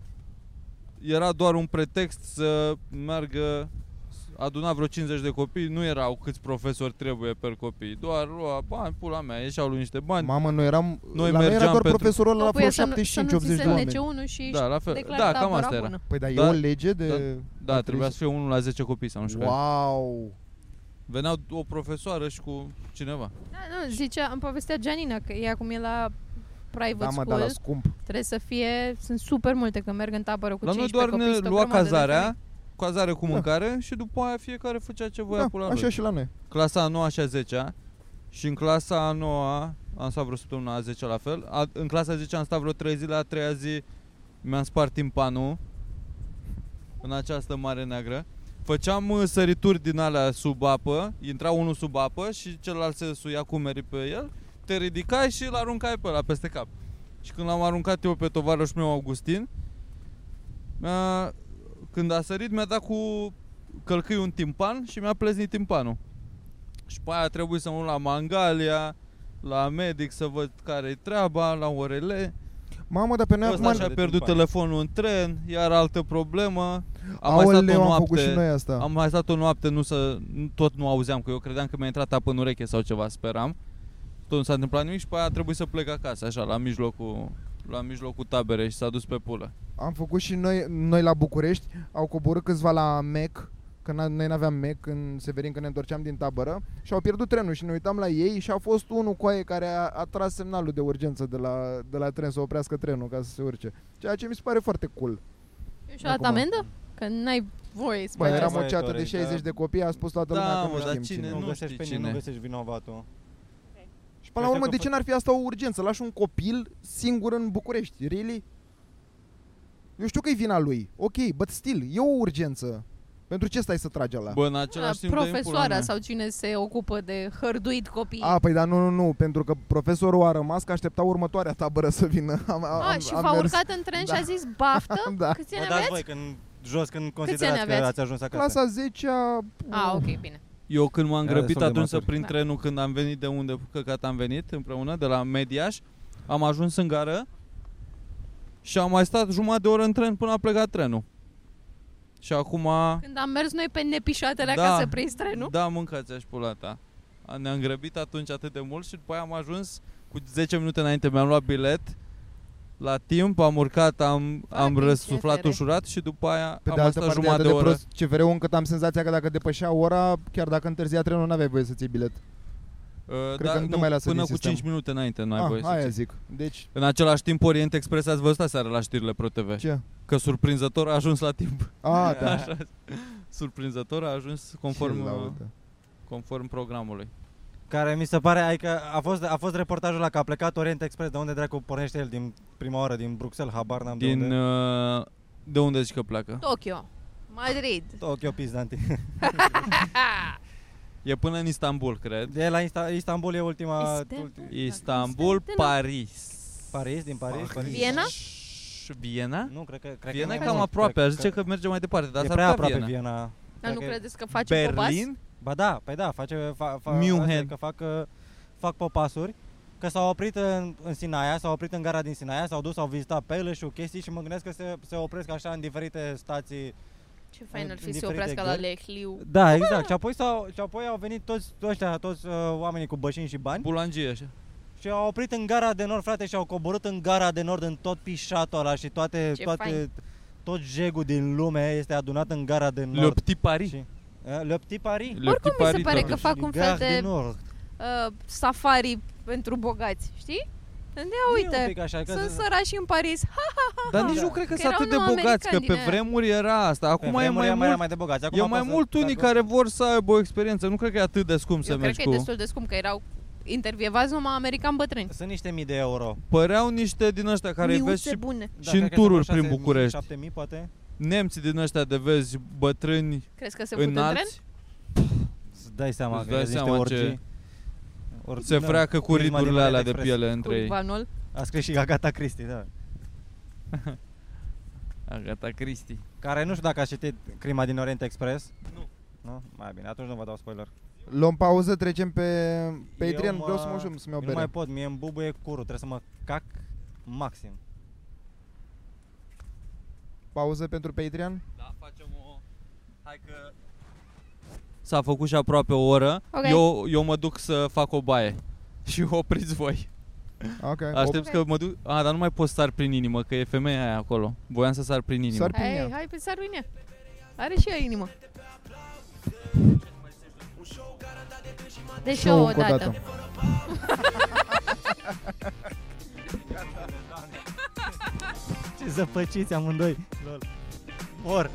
Speaker 4: era doar un pretext să meargă, aduna vreo 50 de copii, nu erau câți profesori trebuie per copii, doar lua bani, pula mea, ieșeau lui niște bani.
Speaker 3: Mamă, noi eram,
Speaker 4: Noi
Speaker 3: la noi era
Speaker 4: mergeam
Speaker 3: doar
Speaker 4: pentru-
Speaker 3: profesorul ăla la vreo
Speaker 2: Locuia să nu- să
Speaker 3: 75-80
Speaker 2: nu ți se
Speaker 3: de oameni.
Speaker 2: nece unul și
Speaker 4: da, la fel.
Speaker 2: declar
Speaker 4: Da,
Speaker 2: da,
Speaker 4: cam asta era.
Speaker 2: bună.
Speaker 3: Păi da, e
Speaker 4: Da.
Speaker 3: o lege de...
Speaker 4: Da, trebuia să fie 1 la 10 copii sau nu știu care.
Speaker 3: Wow!
Speaker 4: Veneau o profesoară și cu cineva.
Speaker 2: Da, nu, zicea, am povestea Gianina că ea cum e la private
Speaker 3: Da, mă,
Speaker 2: school,
Speaker 3: dar la scump.
Speaker 2: trebuie să fie, sunt super multe că merg în tabără cu
Speaker 4: La noi
Speaker 2: 15
Speaker 4: doar
Speaker 2: copii,
Speaker 4: ne
Speaker 2: sunt o
Speaker 4: lua
Speaker 2: grămadă de
Speaker 4: cazarea,
Speaker 2: femei.
Speaker 4: cazare cu mâncare și după aia fiecare făcea ce voia pula lui.
Speaker 3: Da. așa și la noi.
Speaker 4: clasa a 9 și a 10 și în clasa a 9 am stat vreo săptămână a 10 la fel. A, în clasa a 10 am stat vreo 3 zile, a 3 zi mi-am spart timpanul în această mare neagră. Făceam uh, sărituri din alea sub apă, intra unul sub apă și celălalt se suia cu umerii pe el, te ridicai și îl aruncai pe ăla peste cap. Și când l-am aruncat eu pe tovarășul meu Augustin, mi-a, când a sărit mi-a dat cu călcâi un timpan și mi-a pleznit timpanul. Și pe aia trebuie să mă duc la Mangalia, la medic să văd care-i treaba, la ORL.
Speaker 3: Mamă, dar pe noi
Speaker 4: Ăsta
Speaker 3: acum...
Speaker 4: și-a
Speaker 1: de
Speaker 4: pierdut
Speaker 1: timp,
Speaker 4: telefonul în tren, iar altă problemă. Am mai stat
Speaker 3: Aoleu,
Speaker 4: o
Speaker 3: am făcut și
Speaker 4: noapte,
Speaker 3: noi asta.
Speaker 4: am mai stat o noapte, nu să, tot nu auzeam, că eu credeam că mi-a intrat apă în ureche sau ceva, speram. tot nu s-a întâmplat nimic și pe aia a trebuit să plec acasă, așa, la mijlocul, la mijlocul taberei și s-a dus pe pulă.
Speaker 3: Am făcut și noi, noi la București, au coborât câțiva la MEC, că n- noi n-aveam MEC în Severin când ne întorceam din tabără și au pierdut trenul și ne uitam la ei și a fost unul cu aia care a, a tras semnalul de urgență de la, de la tren să oprească trenul ca să se urce. Ceea ce mi se pare foarte cool.
Speaker 2: Și a dat
Speaker 3: Acum.
Speaker 2: amendă? Că n-ai voie să
Speaker 3: Bă,
Speaker 1: Păi,
Speaker 2: faci
Speaker 3: eram
Speaker 1: asta
Speaker 2: asta.
Speaker 3: o
Speaker 1: e
Speaker 3: ceată de
Speaker 1: corect,
Speaker 3: 60
Speaker 1: da.
Speaker 3: de copii, a spus toată
Speaker 4: Da,
Speaker 3: lumea că
Speaker 4: mă,
Speaker 3: nu
Speaker 4: dar
Speaker 3: știm
Speaker 4: cine
Speaker 3: cine.
Speaker 1: Nu,
Speaker 4: Nu
Speaker 1: găsești
Speaker 4: știi
Speaker 1: pe nimeni,
Speaker 4: cine.
Speaker 1: nu găsești vinovatul.
Speaker 3: Și până
Speaker 1: Cred
Speaker 3: la urmă,
Speaker 1: că
Speaker 3: de
Speaker 1: fă-
Speaker 3: ce n-ar fi asta o urgență? Lași un copil singur în București, really? Eu știu că e vina lui, ok, but still, e o urgență. Pentru ce stai să tragi la?
Speaker 4: Bă, în același timp, dă-i în pula
Speaker 2: Profesoara
Speaker 4: mea.
Speaker 2: sau cine se ocupă de hărduit copii.
Speaker 3: A, păi da, nu, nu, nu, pentru că profesorul a rămas că aștepta următoarea tabără să vină. Am, am,
Speaker 2: A, și
Speaker 3: am
Speaker 2: v-a
Speaker 3: mers.
Speaker 2: urcat în tren
Speaker 3: Da.
Speaker 2: și a zis baftă?
Speaker 3: Da.
Speaker 2: Câți ani
Speaker 1: Mă dați voi
Speaker 2: aveți?
Speaker 1: când jos când
Speaker 2: ani
Speaker 1: considerați că
Speaker 2: aveți?
Speaker 1: ați ajuns acasă.
Speaker 3: Clasa 10 -a...
Speaker 2: A, ok, bine.
Speaker 4: Eu când m-am
Speaker 1: Era
Speaker 4: grăbit
Speaker 1: destul de
Speaker 4: atunci să
Speaker 1: matur.
Speaker 4: prind
Speaker 2: Da.
Speaker 4: trenul când am venit de unde căcat am venit împreună, de la Mediaș, am ajuns în gară și am mai stat jumătate de oră în tren până a plecat trenul. Și acum...
Speaker 2: Când am mers noi pe nepișatele
Speaker 4: Da.
Speaker 2: acasă prin trenul.
Speaker 4: Da, mâncați aș pula ta. A- Ne-am grăbit atunci atât de mult și după aia am ajuns cu 10 minute înainte, mi-am luat bilet la timp, am urcat, am, am
Speaker 2: Fucking
Speaker 4: răsuflat
Speaker 2: CFR.
Speaker 4: ușurat și după aia
Speaker 3: Pe de
Speaker 4: am
Speaker 3: altă
Speaker 4: asta
Speaker 3: parte, e
Speaker 4: jumătate
Speaker 3: atât
Speaker 4: de
Speaker 3: de
Speaker 4: oră.
Speaker 3: prost CFR-ul încât am senzația că dacă depășea ora, chiar dacă întârzia trenul, n-aveai voie să-ți iei bilet.
Speaker 4: Uh,
Speaker 3: Cred că nu te mai lasă
Speaker 4: până
Speaker 3: din
Speaker 4: cu
Speaker 3: sistem. Ah,
Speaker 4: 5 minute înainte n-ai voie să
Speaker 3: aia
Speaker 4: ții.
Speaker 3: zic. Deci,
Speaker 4: În același timp, Orient Express ați văzut aseară la știrile Pro TV.
Speaker 3: ce?
Speaker 4: Că surprinzător a ajuns la timp.
Speaker 3: A, da.
Speaker 4: Așa. Surprinzător a ajuns conform,
Speaker 3: Ce
Speaker 4: uh,
Speaker 3: laudă.
Speaker 4: conform programului.
Speaker 1: Care mi se pare ai că a fost, a fost reportajul la că a plecat Orient Express, de unde dracu pornește el din prima oară, din Bruxelles, habar n-am de
Speaker 4: Din,
Speaker 1: unde.
Speaker 4: uh, de unde zici că pleacă?
Speaker 2: Tokyo. Madrid.
Speaker 1: Tokyo Pizdanti.
Speaker 4: E până în Istanbul, cred.
Speaker 1: De la Insta- Istanbul e ultima...
Speaker 2: Istanbul?
Speaker 1: ulti-
Speaker 4: Istanbul,
Speaker 2: Istanbul.
Speaker 4: Paris.
Speaker 1: Paris, din Paris. Paris.
Speaker 2: Viena?
Speaker 4: Și Viena?
Speaker 1: Nu, cred că... Cred
Speaker 4: Viena e
Speaker 1: că mai
Speaker 4: cam
Speaker 1: mult.
Speaker 4: aproape,
Speaker 1: Cred
Speaker 4: aș zice că merge mai departe, dar
Speaker 1: e
Speaker 4: s-ar
Speaker 1: prea
Speaker 4: putea
Speaker 1: aproape
Speaker 4: Viena.
Speaker 1: Viena.
Speaker 2: Dar
Speaker 1: Cred
Speaker 2: nu
Speaker 1: că-
Speaker 2: credeți că face popas?
Speaker 4: Berlin?
Speaker 1: Ba da, păi da, face... Fa, fa,
Speaker 4: München.
Speaker 1: asta e Că fac, uh, fac popasuri. Că s-au oprit în, în Sinaia, s-au oprit în gara din Sinaia, s-au dus, au vizitat Peleșul, chestii și mă gândesc că se, se opresc așa în diferite stații
Speaker 2: Ce fain ar fi
Speaker 1: În
Speaker 2: să
Speaker 1: diferite
Speaker 2: se oprească la
Speaker 1: gări.
Speaker 2: Lehliu.
Speaker 1: Da, exact. Și apoi, s-au, și apoi au venit toți, toți, ăștia, toți uh, oamenii cu bășini și bani
Speaker 4: Bulangie, așa.
Speaker 1: și au oprit în gara de nord, frate, și au coborât în gara de nord în tot pișatul ăla și toate,
Speaker 2: Ce
Speaker 1: toate
Speaker 2: fain.
Speaker 1: tot jegul din lume este adunat în gara de
Speaker 4: Le
Speaker 1: nord.
Speaker 4: Petit Paris.
Speaker 1: Și- Eh, Le Petit Paris.
Speaker 4: Le
Speaker 2: Oricum
Speaker 4: Petit
Speaker 2: mi se
Speaker 4: Paris,
Speaker 2: pare
Speaker 4: da.
Speaker 2: că fac
Speaker 1: Și
Speaker 2: un
Speaker 1: gara
Speaker 2: fel de
Speaker 1: de nord.
Speaker 2: uh, safari pentru bogați, știi? Unde, ia,
Speaker 1: E un
Speaker 2: uite,
Speaker 1: pic așa, da. că
Speaker 2: sunt sărași în Paris. Ha,
Speaker 4: Dar nici
Speaker 1: Da.
Speaker 4: nu cred că
Speaker 2: Ah, Că
Speaker 4: sunt
Speaker 2: erau
Speaker 4: atât de
Speaker 2: numai
Speaker 4: bogați, că
Speaker 2: americani
Speaker 4: pe
Speaker 2: din aia.
Speaker 4: vremuri era asta.
Speaker 1: pe
Speaker 4: Acum e
Speaker 1: vremuri
Speaker 4: mai
Speaker 1: era
Speaker 4: mult
Speaker 1: mai de bogați. Acum
Speaker 4: E mai
Speaker 1: pasă-
Speaker 4: mult unii
Speaker 1: da,
Speaker 4: care vor să aibă o experiență. Nu cred că e atât de scump să
Speaker 2: eu cred că
Speaker 4: mergi
Speaker 2: e
Speaker 4: cu...
Speaker 2: destul de scump, că erau intervievați numai americani bătrâni.
Speaker 1: Sunt niște mii de euro.
Speaker 4: Păreau niște din ăștia care îi vezi
Speaker 2: Miuțe
Speaker 4: și
Speaker 2: bune.
Speaker 4: Și în
Speaker 1: cred că sunt
Speaker 4: tururi
Speaker 1: vreo
Speaker 4: prin
Speaker 1: 6.000,
Speaker 4: București.
Speaker 1: 7.000 poate.
Speaker 4: nemții din ăștia de vezi bătrâni
Speaker 2: Crezi că se fut în tren?
Speaker 4: înalți.
Speaker 1: Îți dai seama
Speaker 4: Îți
Speaker 1: că
Speaker 4: dai
Speaker 1: sunt niște
Speaker 4: seama ce-
Speaker 1: orgii. Or-
Speaker 4: Se
Speaker 1: nu,
Speaker 4: freacă cu
Speaker 1: prisma din
Speaker 4: ridurile
Speaker 1: Orient
Speaker 4: alea de
Speaker 1: Express.
Speaker 4: piele
Speaker 2: Cu
Speaker 4: între ei.
Speaker 2: Ivanul.
Speaker 1: A scris și Agata Cristi, da.
Speaker 4: Agata Cristi.
Speaker 1: Care nu știu dacă ați citit Crima din Orient Express. Nu. Nu? Mai bine, atunci nu vă dau spoiler.
Speaker 3: Luăm pauză, trecem pe, pe
Speaker 1: Eu
Speaker 3: Adrian,
Speaker 1: mă-
Speaker 3: vreau să mă ușum, să-mi iau
Speaker 1: Eu nu mai
Speaker 3: bere.
Speaker 1: pot, mie îmi bubuie curul, trebuie să mă cac maxim.
Speaker 3: Pauză pentru Patreon?
Speaker 4: Da, facem o... Hai că... S-a făcut și aproape o oră.
Speaker 2: Ok.
Speaker 4: Eu, eu mă duc să fac o baie. Și opriți voi.
Speaker 3: Ah, Ok.
Speaker 4: Aștept
Speaker 2: Ok.
Speaker 4: că mă duc... A, dar nu mai pot sar prin inimă, că e femeia aia acolo. Voiam să sar prin inimă.
Speaker 3: Sar- Prin
Speaker 2: Hai,
Speaker 3: ea.
Speaker 2: hai pe Sarvinia. Are și ea inimă. Deci
Speaker 3: Show
Speaker 2: eu o
Speaker 3: încă o
Speaker 2: dată.
Speaker 3: dată.
Speaker 1: Ce zăpăciți amândoi. Lol. Mor.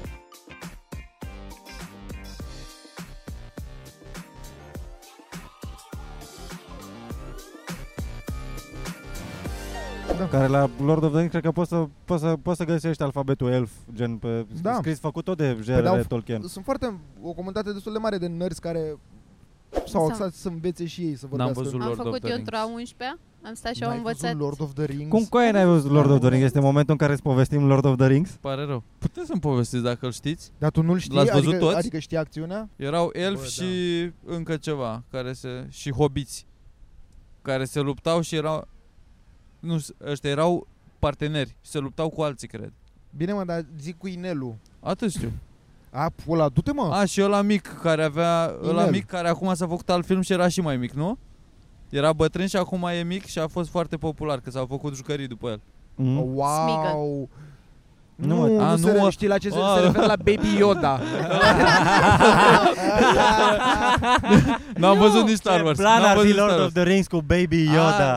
Speaker 1: Da. Care la Lord of the Rings cred că poți să, poți să, poți să găsești alfabetul elf, gen pe
Speaker 3: Da.
Speaker 1: da. scris făcut tot de
Speaker 3: Păi da,
Speaker 1: J.R.R. Tolkien.
Speaker 3: Sunt foarte, o comunitate destul de mare de nerds care s-au
Speaker 2: Da.
Speaker 3: axat să învețe și ei să vorbească.
Speaker 4: văzut
Speaker 2: Am
Speaker 4: Lord of
Speaker 2: făcut
Speaker 4: the
Speaker 2: eu
Speaker 4: Rings.
Speaker 2: într-o a 11-a. Am stat și am
Speaker 3: N-ai
Speaker 2: învățat.
Speaker 3: văzut Lord of the Rings?
Speaker 1: Cum coaie n-ai văzut Lord of the Rings? Este momentul în care îți povestim Lord of the Rings?
Speaker 4: Pare rău. Puteți să-mi povestiți dacă îl știți.
Speaker 3: Dar tu nu-l știi?
Speaker 4: L-ați văzut
Speaker 3: adică,
Speaker 4: toți?
Speaker 3: Adică știi acțiunea?
Speaker 4: Erau elfi
Speaker 3: Bă,
Speaker 4: și încă ceva care se și hobiți care se luptau și erau nu, s- ăștia erau parteneri și se luptau cu alții, cred.
Speaker 3: Bine mă, dar zic cu inelul.
Speaker 4: Atât știu.
Speaker 3: A, pula, du-te mă!
Speaker 4: A, și ăla mic care avea ăla
Speaker 3: Inel.
Speaker 4: mic care acum s-a făcut alt film și era și mai mic, nu? Era bătrân și acum e mic și a fost foarte popular, că s-au făcut jucării după el.
Speaker 1: Mm?
Speaker 3: Wow! Nu,
Speaker 1: mă-
Speaker 3: nu,
Speaker 4: A,
Speaker 3: nu, se
Speaker 4: nu, mă-
Speaker 3: re- știi la ce se,
Speaker 4: a.
Speaker 3: se referă la Baby Yoda.
Speaker 4: N-am
Speaker 2: Nu!
Speaker 4: văzut nici Star
Speaker 1: Ce
Speaker 4: Wars.
Speaker 1: plan
Speaker 4: N-am
Speaker 1: ar fi
Speaker 4: văzut Star
Speaker 1: Lord
Speaker 4: Wars.
Speaker 1: of the Rings cu Baby Yoda?